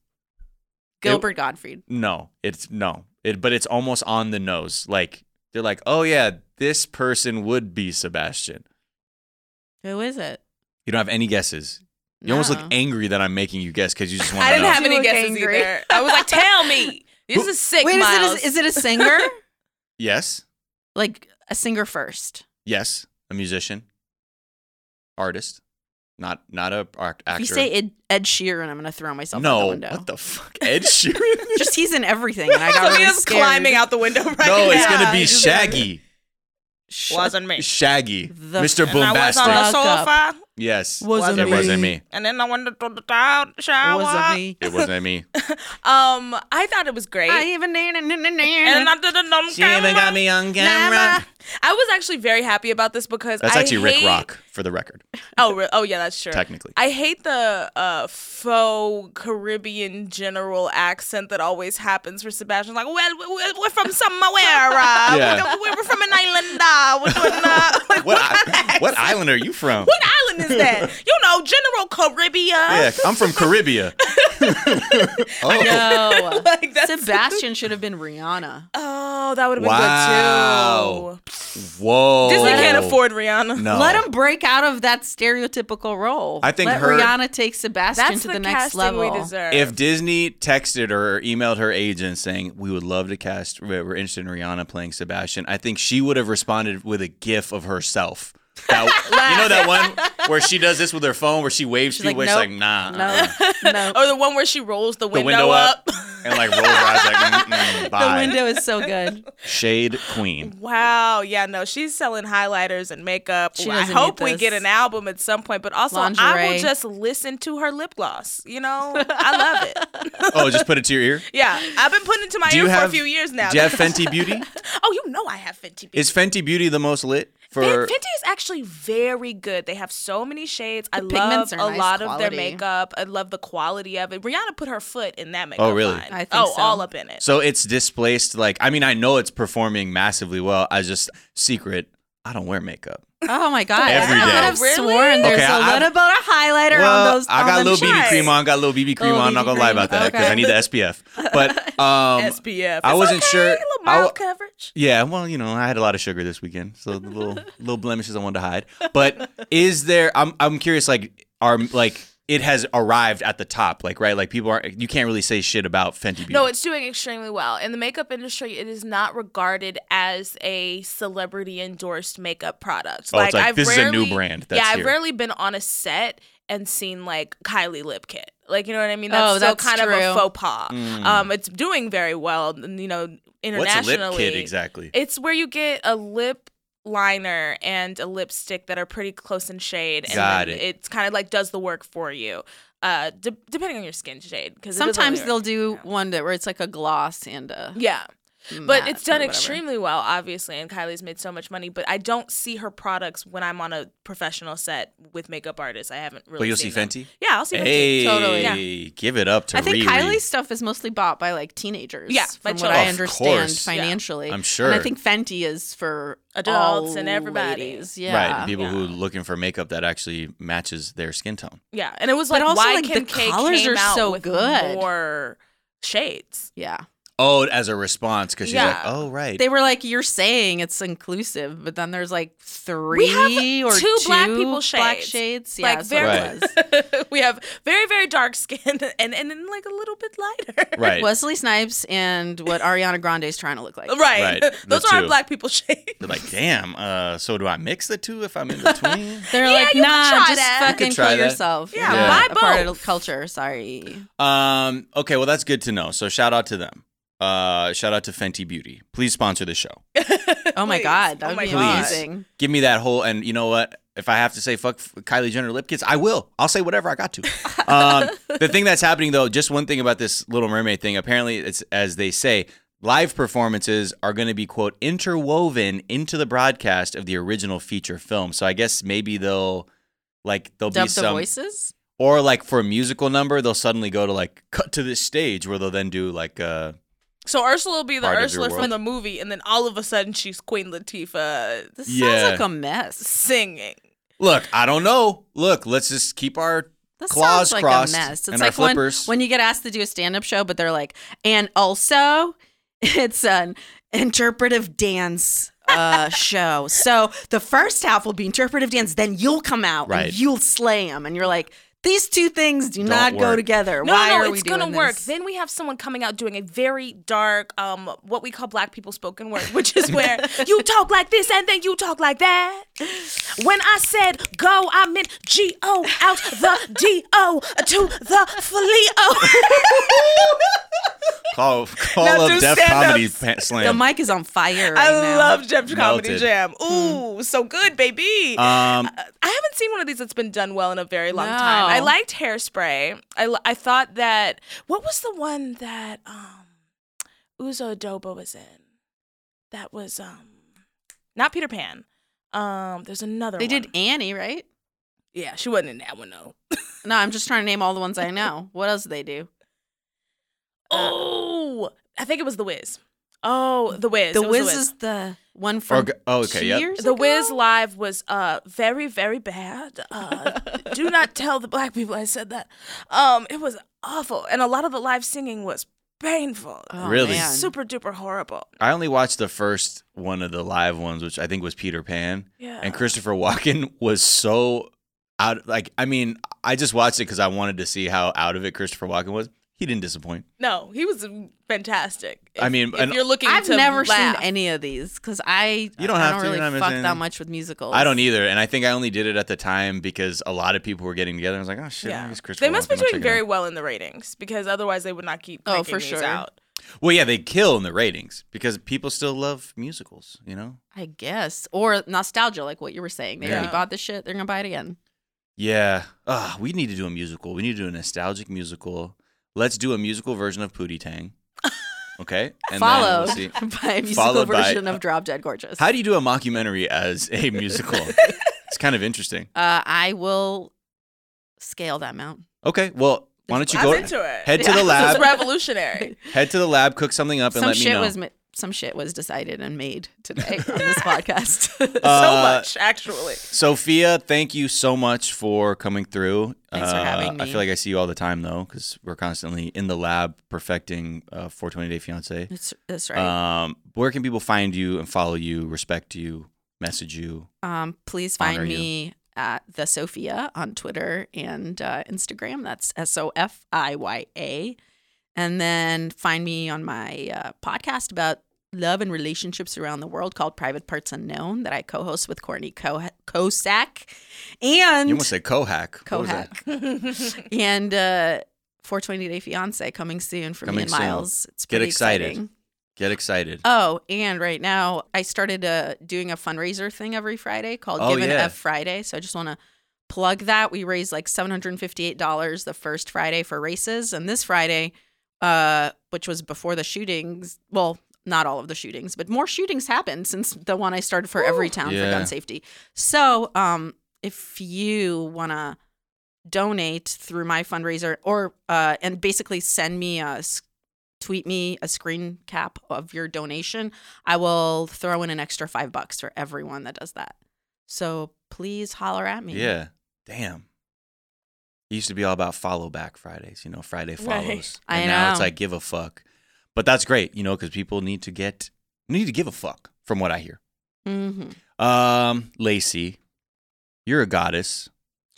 C: Gilbert Gottfried.
A: No, it's no. It, but it's almost on the nose. Like they're like, oh yeah, this person would be Sebastian.
C: Who is it?
A: You don't have any guesses. You almost look
C: No.
A: angry that I'm making you guess because you just want
D: I
A: to
D: didn't
A: know.
D: have any
C: You look
D: guesses
C: angry.
D: either. I was like, tell me. This
A: Who-
D: is sick,
C: Wait,
D: Miles.
C: is it, a, is it a singer?
A: yes,
C: like a singer first.
A: yes, a musician, artist, not not a art
C: If
A: actor.
C: you say Ed, Ed Sheeran, I'm gonna throw myself out the
A: no,
C: window.
A: what the fuck, Ed Sheeran?
C: Just he's in everything, and I got
D: Somebody
C: really
D: is
C: scared.
D: climbing out the window right now.
A: no, it's gonna be
D: It's just-
A: Shaggy.
C: Shut
D: Wasn't me.
A: Shaggy,
C: The-
A: Mr.
D: And I was
A: Boombastic.
D: on the
C: Fuck up.
D: sofa,
A: Yes,
C: Wasn't
A: it wasn't
C: me.
A: me.
D: and then I went to the town shower.
C: wasn't me.
A: It wasn't me.
D: Um, I thought it was great.
C: I even
D: and
C: and
D: I did it on camera.
A: me on
D: I was actually very happy about this because
A: That's
D: I
A: actually Rick
D: hate-
A: Rock for the record,
D: Oh, re- oh yeah, that's true.
A: technically.
D: I hate the uh, faux Caribbean general accent that always happens for Sebastian. Like, well, we- we- we're from somewhere. Uh,
A: Yeah.
D: we're, we're from an island. Uh, we're doing, uh,
A: what,
D: like, what,
A: I,
D: kind
A: what
D: of accent-
A: island are you from?
D: what island is that? You know, General Caribbean.
A: Yeah, I'm from Caribbean. oh,
C: no.
D: Like, that's-
C: Sebastian should have been Rihanna.
D: Oh, that would have been
A: Wow.
D: good too.
A: whoa.
D: Disney can't afford Rihanna.
A: No.
C: Let him break out of that stereotypical role.
A: Oh. I think
C: Let
A: her-
C: Rihanna take Sebastian
D: That's
C: to
D: the,
C: the, next
D: casting
C: level.
D: we deserve.
A: If Disney texted her or emailed her agent saying we would love to cast, we're interested in Rihanna playing Sebastian, I think she would have responded with a GIF of herself. That, you know that one where she does this with her phone, where she waves
C: She's
A: people,
C: like,
A: it's
C: nope,
A: like nah, uh-uh."
C: No, no.
D: or the one where she rolls
A: the
D: the window,
A: window
D: up.
A: up, and like rolls her eyes like mm-mm,
C: the
A: Mm, bye.
C: window is so good.
A: Shade Queen.
D: Wow. Yeah, no, she's selling highlighters and makeup.
C: She
D: Ooh, I
C: doesn't
D: hope
C: need
D: we get
C: this.
D: an album at some point, but also I will
C: Lingerie.
D: just listen to her lip gloss. You know, I love it.
A: Oh, just put it to your ear.
D: Yeah, I've been putting it to my
A: Do
D: ear
A: you
D: for
A: have
D: a few years now.
A: Do you have Fenty Beauty?
D: oh, you know I have Fenty. Beauty.
A: Is Fenty Beauty the most lit for?
D: Fenty is actually very good. They have so many shades. I love
C: pigments
D: a
C: are nice
D: lot of their
C: quality.
D: makeup. I love the quality of it. Rihanna put her foot in that makeup.
A: Oh, really?
D: line.
C: I think
D: oh,
C: so.
D: all up in it.
A: so it's displaced. Like I mean, I know it's performing massively well. I just secret. I don't wear makeup.
C: Oh my god!
A: Every
C: I
A: day.
C: could have
D: Really?
C: sworn there's
A: Okay,
C: a
A: I-
C: little bit of highlighter on those.
A: I got
C: on
A: a little
C: them
A: BB
D: cheeks.
A: cream on. Got a little BB cream
C: Little
A: on. Not
C: BB
A: gonna lie about
C: cream,
A: that because I
C: okay.
A: need the SPF. But um,
D: SPF.
A: I
D: It's
A: wasn't
D: okay,
A: sure-
D: A little mild
A: I w-
D: coverage.
A: Yeah, well, you know, I had a lot of sugar this weekend, so the little little blemishes I wanted to hide. But is there? I'm I'm curious. Like, are like it has arrived at the top, like right? Like people aren't. You can't really say shit about Fenty Beauty.
D: No, it's doing extremely well. In the makeup industry, it is not regarded as a celebrity endorsed makeup product.
A: Oh, it's like,
D: I've
A: this is a new
D: rarely-
A: brand
D: yeah,
A: that's
D: I've
A: here.
D: rarely been on a set and seen like Kylie lip kit. Like you know what I mean? That's
C: Oh,
D: still
C: that's
D: kind of a
C: true.
D: faux pas. Um, it's doing very well. n- You know,
A: Mm. what's a
D: internationally.
A: lip kit exactly?
D: It's where you get a lip liner and a lipstick that are pretty close in shade, and
A: Got
D: then
A: it.
D: it's kind of like does the work for you, uh, de- depending on your skin shade. Because
C: Sometimes they'll do one that where it's like a gloss and a.
D: yeah. But
C: matte
D: it's done
C: or whatever.
D: extremely well, obviously, and Kylie's made so much money. But I don't see her products when I'm on a professional set with makeup artists. I haven't really.
A: but you'll see
D: seen them.
A: Fenty.
D: Yeah, I'll see
A: Hey,
D: Fenty.
C: Totally.
A: give it up to
C: I think
A: Riri.
C: Kylie's stuff is mostly bought by like teenagers.
D: Yeah, by
C: from what
D: children.
C: I
A: Of
C: understand
A: course.
C: financially.
A: Yeah. I'm
C: And
A: sure.
C: I think Fenty is for
D: Adults
C: all
D: and everybody.
C: ladies. Yeah.
A: right? People
D: Yeah.
A: who are looking for makeup that actually matches their skin tone.
D: Yeah, and it was
C: But
D: like
C: also,
D: why
C: like, the
D: Kim K
C: colors
D: came
C: are
D: out
C: so
D: with
C: good.
D: more shades.
C: Yeah.
A: Oh, as a response because she's
D: Yeah.
A: like, oh right.
C: They were like, you're saying it's inclusive, but then there's like three
D: have
C: or
D: two black people
C: black
D: shades.
C: shades. Yeah,
D: Like,
C: that's what it
A: very-
C: was.
D: we have very very dark skin and and then like a little bit lighter.
A: right.
C: Wesley Snipes and what Ariana Grande is trying to look like.
A: Right,
D: Right. Those
A: the
D: are
A: two.
D: our black people shades.
A: They're like, damn. Uh, so do I mix the two if I'm in between?
C: They're
D: Yeah,
C: like,
D: you could
C: nah,
D: try
C: just
D: that. You could
C: fucking
A: try
C: kill
A: that.
C: yourself.
D: Yeah,
C: You're
A: buy
C: not a part
D: both.
C: of culture. Sorry.
A: Um. Okay. Well, that's good to know. So shout out to them. Uh. Shout out to Fenty Beauty. Please sponsor the show.
C: Oh my
D: Please.
C: god, that
D: Oh
C: would
D: my
C: be
A: God.
C: amazing.
A: Give me that whole. And you know what? If I have to say fuck Kylie Jenner lip kits, I will. I'll say whatever I got to. um, the thing that's happening though, just one thing about this Little Mermaid thing. Apparently, it's as they say, live performances are going to be quote interwoven into the broadcast of the original feature film. So I guess maybe they'll like there'll
C: Dub
A: be
C: the
A: some
C: voices.
A: or like for a musical number, they'll suddenly go to like cut to this stage where they'll then do like uh
D: So Ursula will be the
A: Part of your
D: Ursula
A: world.
D: from the movie, and then all of a sudden she's Queen Latifah
C: This
A: Yeah.
C: sounds like a mess.
D: singing.
A: look, I don't know. Look, let's just keep our
C: This
A: Claws
C: sounds like
A: crossed
C: a mess. It's
A: and our
C: like when,
A: flippers.
C: when you get asked to do a stand up show, but they're like, and also it's an interpretive dance uh, show. So the first half will be interpretive dance, then you'll come out
A: Right.
C: and you'll slay them. And you're like, these two things do
A: Don't
C: not go
A: work.
C: together.
D: No,
C: Why
D: no,
C: are
D: no,
C: we
D: it's
C: doing
D: gonna work.
C: this?
D: Then we have someone coming out doing a very dark, um, what we call black people spoken word, which is where you talk like this and then you talk like that.
B: When I said go, I meant G O out the D O to the
D: E
A: call call
D: Now do
A: up Def
D: stand-ups.
A: Comedy pa-
C: The
A: Slam.
C: mic is on fire right
D: I
C: now. Hmm.
D: love Jeff's Comedy
A: Melted.
D: Jam. Ooh, so good, baby.
A: um
D: I haven't seen one of these that's been done well in a very long time. I
C: No.
D: liked Hairspray. I, li- I thought that what was the one that um Uzo Adoba was in? That was um not Peter Pan. Um, there's another.
C: They
D: one.
C: did Annie, right?
D: Yeah, she wasn't in that one though.
C: No, I'm just trying to name all the ones I know. What else do they do?
D: Oh, I think it was The Wiz. Oh, The Wiz.
C: The
D: It was
C: Wiz is the one
A: or,
C: from
A: g- oh, okay, yeah.
C: Cheers
D: The
C: ago?
D: Wiz live was uh very very bad. Uh, do not tell the black people I said that. Um, it was awful, and a lot of the live singing was painful,
C: Oh,
A: Really?
C: man.
D: super duper horrible.
A: I only watched the first one of the live ones, which I think was Peter Pan.
D: Yeah.
A: And Christopher Walken was so out. Like, I mean, I just watched it because I wanted to see how out of it Christopher Walken was. He didn't disappoint.
D: no, he was fantastic. If-
A: I mean,
D: if
A: and-
D: you're looking,
C: I've
D: to
C: never
D: laugh.
C: seen any of these because I
A: You don't have
C: I
A: to,
C: don't
A: you're
C: really
A: not missing
C: fuck that
A: anything.
C: much with musicals.
A: I don't e- either, and I think I only did it at the time because a lot of people were getting together. I was like, oh shit,
D: Yeah.
A: it's Christopher.
D: They must be
A: Walken, I'll
D: doing
A: check it
D: very
A: out.
D: well in the ratings because otherwise they would not keep
C: Oh,
D: making
C: for
D: these
C: sure.
D: out.
A: well. Yeah, they kill in the ratings because people still love musicals. You know.
C: I guess or nostalgia, like what you were saying. They already
D: Yeah.
C: bought this shit. They're gonna buy it again.
A: Yeah. Ah, we need to do a musical. We need to do a nostalgic musical. Let's do a musical version of Pootie Tang. Okay. then
C: Followed
A: see.
C: by a musical
A: Followed by-
C: version of Drop Dead Gorgeous.
A: How do you do a mockumentary as a musical? it's kind of interesting.
C: uh, I will scale that mountain.
A: Okay. Well, why don't you
D: I'm
A: go
D: into it.
A: head to the
C: Yeah.
D: This is
A: lab?
D: revolutionary.
A: Head to the lab, cook something up, and
C: Some
A: let me
C: shit
A: know.
C: was ma- some shit was decided and made today on this podcast.
D: so
A: Uh,
D: much, actually.
A: Sophia, thank you so much for coming through. Uh,
C: Thanks for having
A: I
C: me.
A: feel like I see you all the time though, because we're constantly in the lab perfecting uh, 420 Day Fiance.
C: that's, that's right.
A: Um, where can people find you and follow you, respect you, message you?
C: um, please
A: honor
C: find
A: you.
C: me at the Sophia on Twitter and uh, Instagram. That's S O F I Y A. And then find me on my uh, podcast about love and relationships around the world called Private Parts Unknown that I co host with Courtney Ko- Kosak
A: You
C: and
A: almost said Kohack. What was that?
C: Kohak. and uh, 420 Day Fiance coming soon for
A: Coming
C: me and
A: soon.
C: Miles. It's
A: Get
C: pretty
A: excited.
C: exciting.
A: Get excited.
C: Oh, and right now I started uh, doing a fundraiser thing every Friday called
A: Oh,
C: Give an
A: yeah.
C: F Friday. So I just want to plug that. We raised like $758 the first Friday for races. And this Friday, uh, which was before the shootings, well, not all of the shootings, but more shootings happened since the one I started for every town for
A: Yeah.
C: gun safety. So um, if you want to donate through my fundraiser or uh, and basically send me a s- tweet me a screen cap of your donation i will throw in an extra five bucks for everyone that does that so please holler at me
A: Yeah. Damn. It used to be all about follow back Fridays, you know, Friday
D: Right.
A: follows.
C: I
A: And now it's
C: know.
A: like give a fuck. But that's great, you know, because people need to get need to give a fuck from what I hear.
C: hmm
A: Um, Lacey, you're a goddess.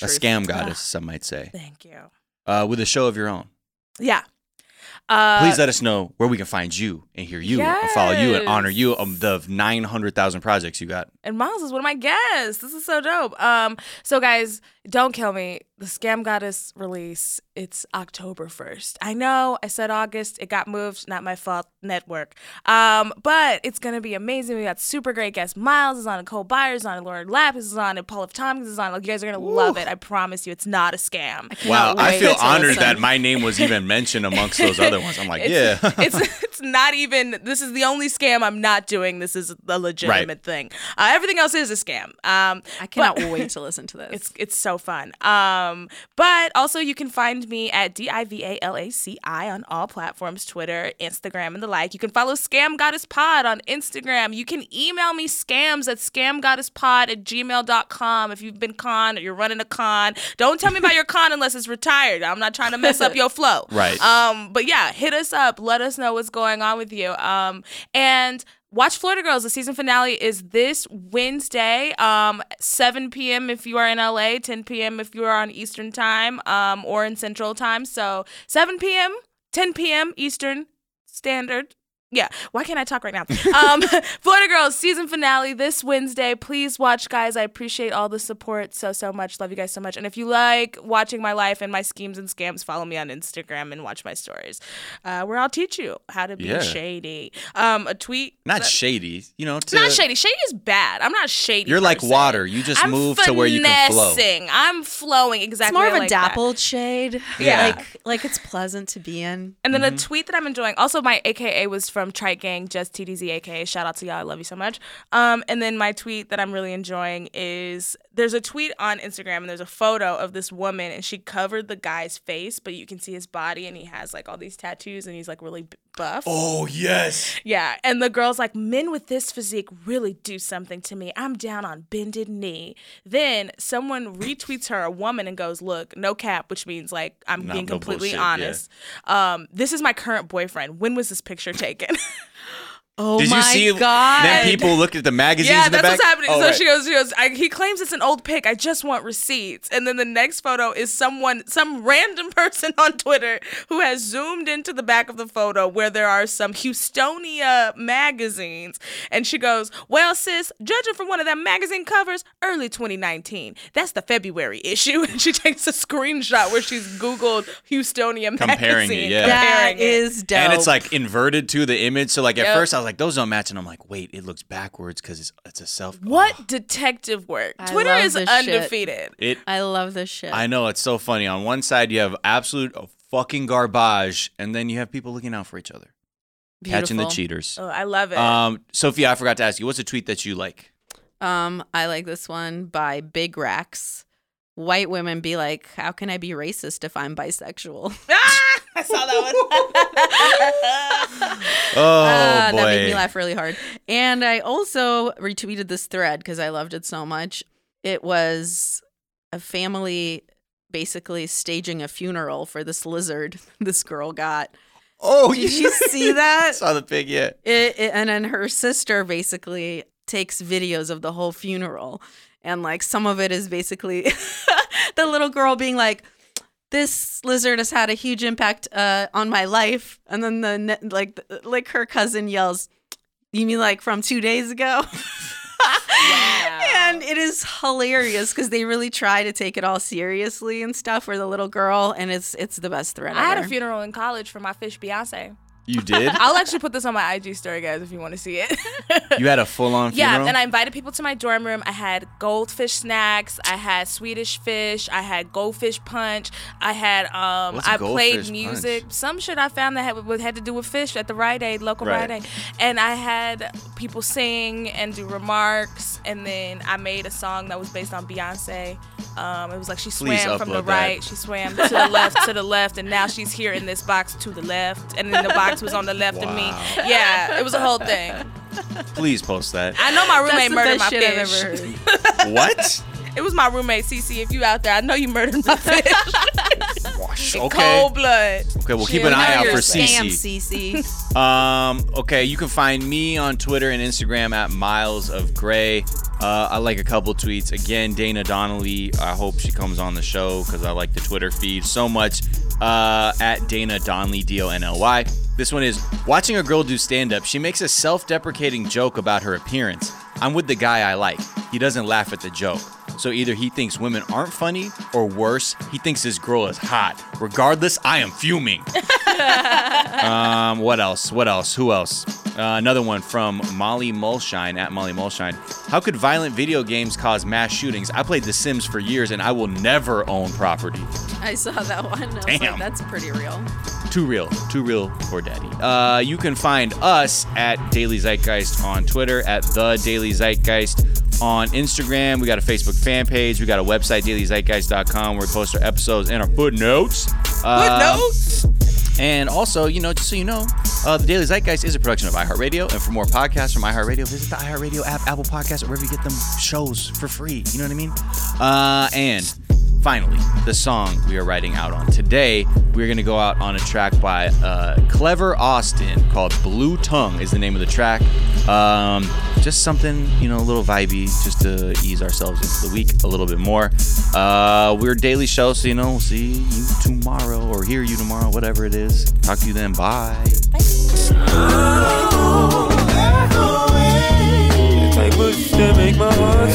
A: A
C: Truth.
A: scam goddess, some might say.
D: Thank you.
A: Uh, with a show of your own.
D: Yeah. Uh,
A: Please let us know where we can find you and hear you and follow you and honor you
D: yes.
A: of the 900,000 projects you got.
D: and Miles is one of my guests. This is so dope. Um, so guys, don't kill me. the Scam Goddess release, it's October 1st. I know I said August, it got moved, not my fault, network. Um, but it's going to be amazing. We got super great guests. Miles is on it, Cole Byers is on it, Lauren Lapis is on it, Paul F. Tompkins is on it. You guys are going to love it. I promise you, it's not a scam.
A: Wow,
C: Cannot
A: I
C: wait
A: feel
C: to
A: honored
C: listen.
A: that my name was even mentioned amongst those other ones. I'm like,
D: It's-
A: yeah.
D: it's it's not even. This is the only scam I'm not doing. This is a legitimate thing. Uh, everything else is a scam. Um,
C: I cannot wait to listen to this.
D: it's it's so fun. Um, but also you can find me at D I V A L A C I on all platforms, Twitter, Instagram, and the like. You can follow Scam Goddess Pod on Instagram. You can email me scams at scamgoddesspod at gmail.com if you've been con or you're running a con. Don't tell me about your con unless it's retired. I'm not trying to mess up your flow.
A: Right.
D: Um, but yeah, hit us up. Let us know what's going on with you. Um, and watch Florida Girls. The season finale is this Wednesday, um, 7 p.m. if you are in LA, 10 p.m. if you are on Eastern time um, or in Central time. So 7 p.m., 10 p.m. Eastern Standard. Yeah, why can't I talk right now? Um, Florida Girls season finale this Wednesday. Please watch, guys. I appreciate all the support so so much. Love you guys so much. And if you like watching my life and my schemes and scams, follow me on Instagram and watch my stories, uh, where I'll teach you how to be
A: Yeah.
D: shady. Um, a tweet.
A: Not shady, you know. To,
D: Not shady. Shady is bad. I'm not shady.
A: You're
D: per
A: like
D: se.
A: water. You just
D: I'm
A: move to where you can flow.
D: finessing. I'm flowing
B: It's
D: exactly.
B: more of
D: I
B: a
D: like that.
B: dappled shade.
A: Yeah.
B: Like, like it's pleasant to be in.
D: And then a tweet that I'm enjoying. Also, my AKA was from Trike Gang, just TDZ AKA. Shout out to y'all. I love you so much. Um, and then my tweet that I'm really enjoying is there's a tweet on Instagram and there's a photo of this woman and she covered the guy's face, but you can see his body and he has like all these tattoos and he's like really b- buff.
A: Oh yes.
D: Yeah. And the girl's like, men with this physique really do something to me. I'm down on bended knee. Then someone retweets her, a woman, and goes, look, no cap, which means like, I'm
A: No-
D: being
A: no
D: completely
A: bullshit, yeah.
D: honest. Um, this is my current boyfriend. When was this picture taken?
B: Oh
A: Did
B: my
A: you see?
B: god.
A: Then people looked at the magazines
D: yeah,
A: in the
D: that's
A: back.
D: what's happening.
A: Oh,
D: so
A: right.
D: she goes, she goes, I, he claims it's an old pic. I just want receipts. And then the next photo is someone, some random person on Twitter who has zoomed into the back of the photo where there are some Houstonia magazines. And she goes, Well, sis, judging from one of them magazine covers, early 2019. That's the February issue. And she takes a screenshot where she's Googled Houstonia
A: Comparing it,
D: magazine.
A: yeah.
B: That
D: Comparing it.
B: is dope.
A: And it's like inverted to the image. So like at
D: Yep.
A: first I was like, those don't match, and I'm like, wait, it looks backwards because it's it's a self.
D: What
A: Oh.
D: detective work?
C: I
D: Twitter
C: love
D: is
C: this shit.
D: undefeated.
A: It.
C: I love this shit.
A: I know it's so funny. On one side you have absolute fucking garbage, and then you have people looking out for each other, catching the
C: Beautiful.
A: cheaters.
D: Oh, I love it.
A: Um, Sophia, I forgot to ask you, what's a tweet that you like?
C: Um, I like this one by Big Racks. White women be like, how can I be racist if I'm bisexual?
D: Ah, I saw that one.
A: Oh
C: Ah,
A: boy,
C: that made me laugh really hard. And I also retweeted this thread because I loved it so much. It was a family basically staging a funeral for this lizard this girl got.
A: Oh,
C: Did you see that?
A: saw the pig yet?
C: It, it- and then her sister basically takes videos of the whole funeral. And like some of it is basically the little girl being like, this lizard has had a huge impact uh, on my life. And then the ne- like the- like her cousin yells, you mean like from two days ago? And it is hilarious because they really try to take it all seriously and stuff for the little girl, and it's it's the best thread.
D: I had a
C: ever.
D: funeral in college for my fish Beyonce.
A: You did?
D: I'll actually put this on my IG story, guys, if you want to see it.
A: You had a full on
D: yeah,
A: funeral?
D: and I invited people to my dorm room. I had goldfish snacks. I had Swedish fish. I had goldfish punch. I had um.
A: What's a
D: I played
A: goldfish
D: music.
A: punch?
D: Some shit I found that had what had to do with fish at the Rite Aid, local
A: Right.
D: Rite Aid, and I had people sing and do remarks, and then I made a song that was based on Beyonce. Um, it was like she
A: Please
D: swam from the
A: upload that.
D: right, she swam to the left, to the left, and now she's here in this box to the left, and then the box was on the left of me.
A: Wow.
D: Yeah, it was a whole thing.
A: Please post that.
D: I know my roommate
C: That's the
D: murdered
C: best
D: my
C: shit
D: fish.
C: I've ever heard.
A: what?
D: It was my roommate CC. If you out there, I know you murdered my fish.
A: Wash.
D: In
A: Okay.
D: Cold blood.
A: Okay, we'll
D: She
A: keep an eye out
D: knows.
A: for
C: Damn,
A: CC.
C: Cece.
A: Um, okay, you can find me on Twitter and Instagram at Miles of Gray. Uh, I like a couple tweets. Again, Dana Donnelly. I hope she comes on the show because I like the Twitter feed so much. Uh, at Dana Donnelly, D O N L Y. This one is watching a girl do stand up. She makes a self deprecating joke about her appearance. I'm with the guy I like. He doesn't laugh at the joke. So either he thinks women aren't funny, or worse, he thinks this girl is hot. Regardless, I am fuming. um, what else? What else? Who else? Uh, another one from Molly Mulshine at Molly Mulshine. How could violent video games cause mass shootings? I played The Sims for years, and I will never own property.
C: I saw that one. I was
A: Damn.
C: like, that's pretty real.
A: Too real, too real for daddy. Uh, you can find us at Daily Zeitgeist on Twitter, at the Daily Zeitgeist on Instagram. We got a Facebook fan page. We got a website, dailyzeitgeist.com, where we post our episodes and our footnotes. Uh,
D: Footnotes.
A: And also, you know, just so you know, uh, the Daily Zeitgeist is a production of iHeartRadio. And for more podcasts from iHeartRadio, visit the iHeartRadio app, Apple Podcasts, or wherever you get them shows for free. You know what I mean? Uh, and finally, the song we are writing out on today, we're going to go out on a track by uh, Clever Austin called Blue Tongue is the name of the track. Um, just something, you know, a little vibey, just to ease ourselves into the week a little bit more. Uh, we're a daily show, so, you know, we'll see you tomorrow or hear you tomorrow, whatever it is. Talk to you then. Bye.
F: type of shit that make my heart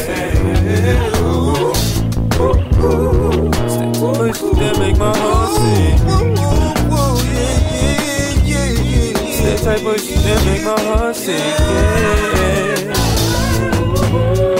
F: sing. Ooh, ooh, ooh. Type of shit that make my heart sing. That type of shit that make my heart sing. Yeah.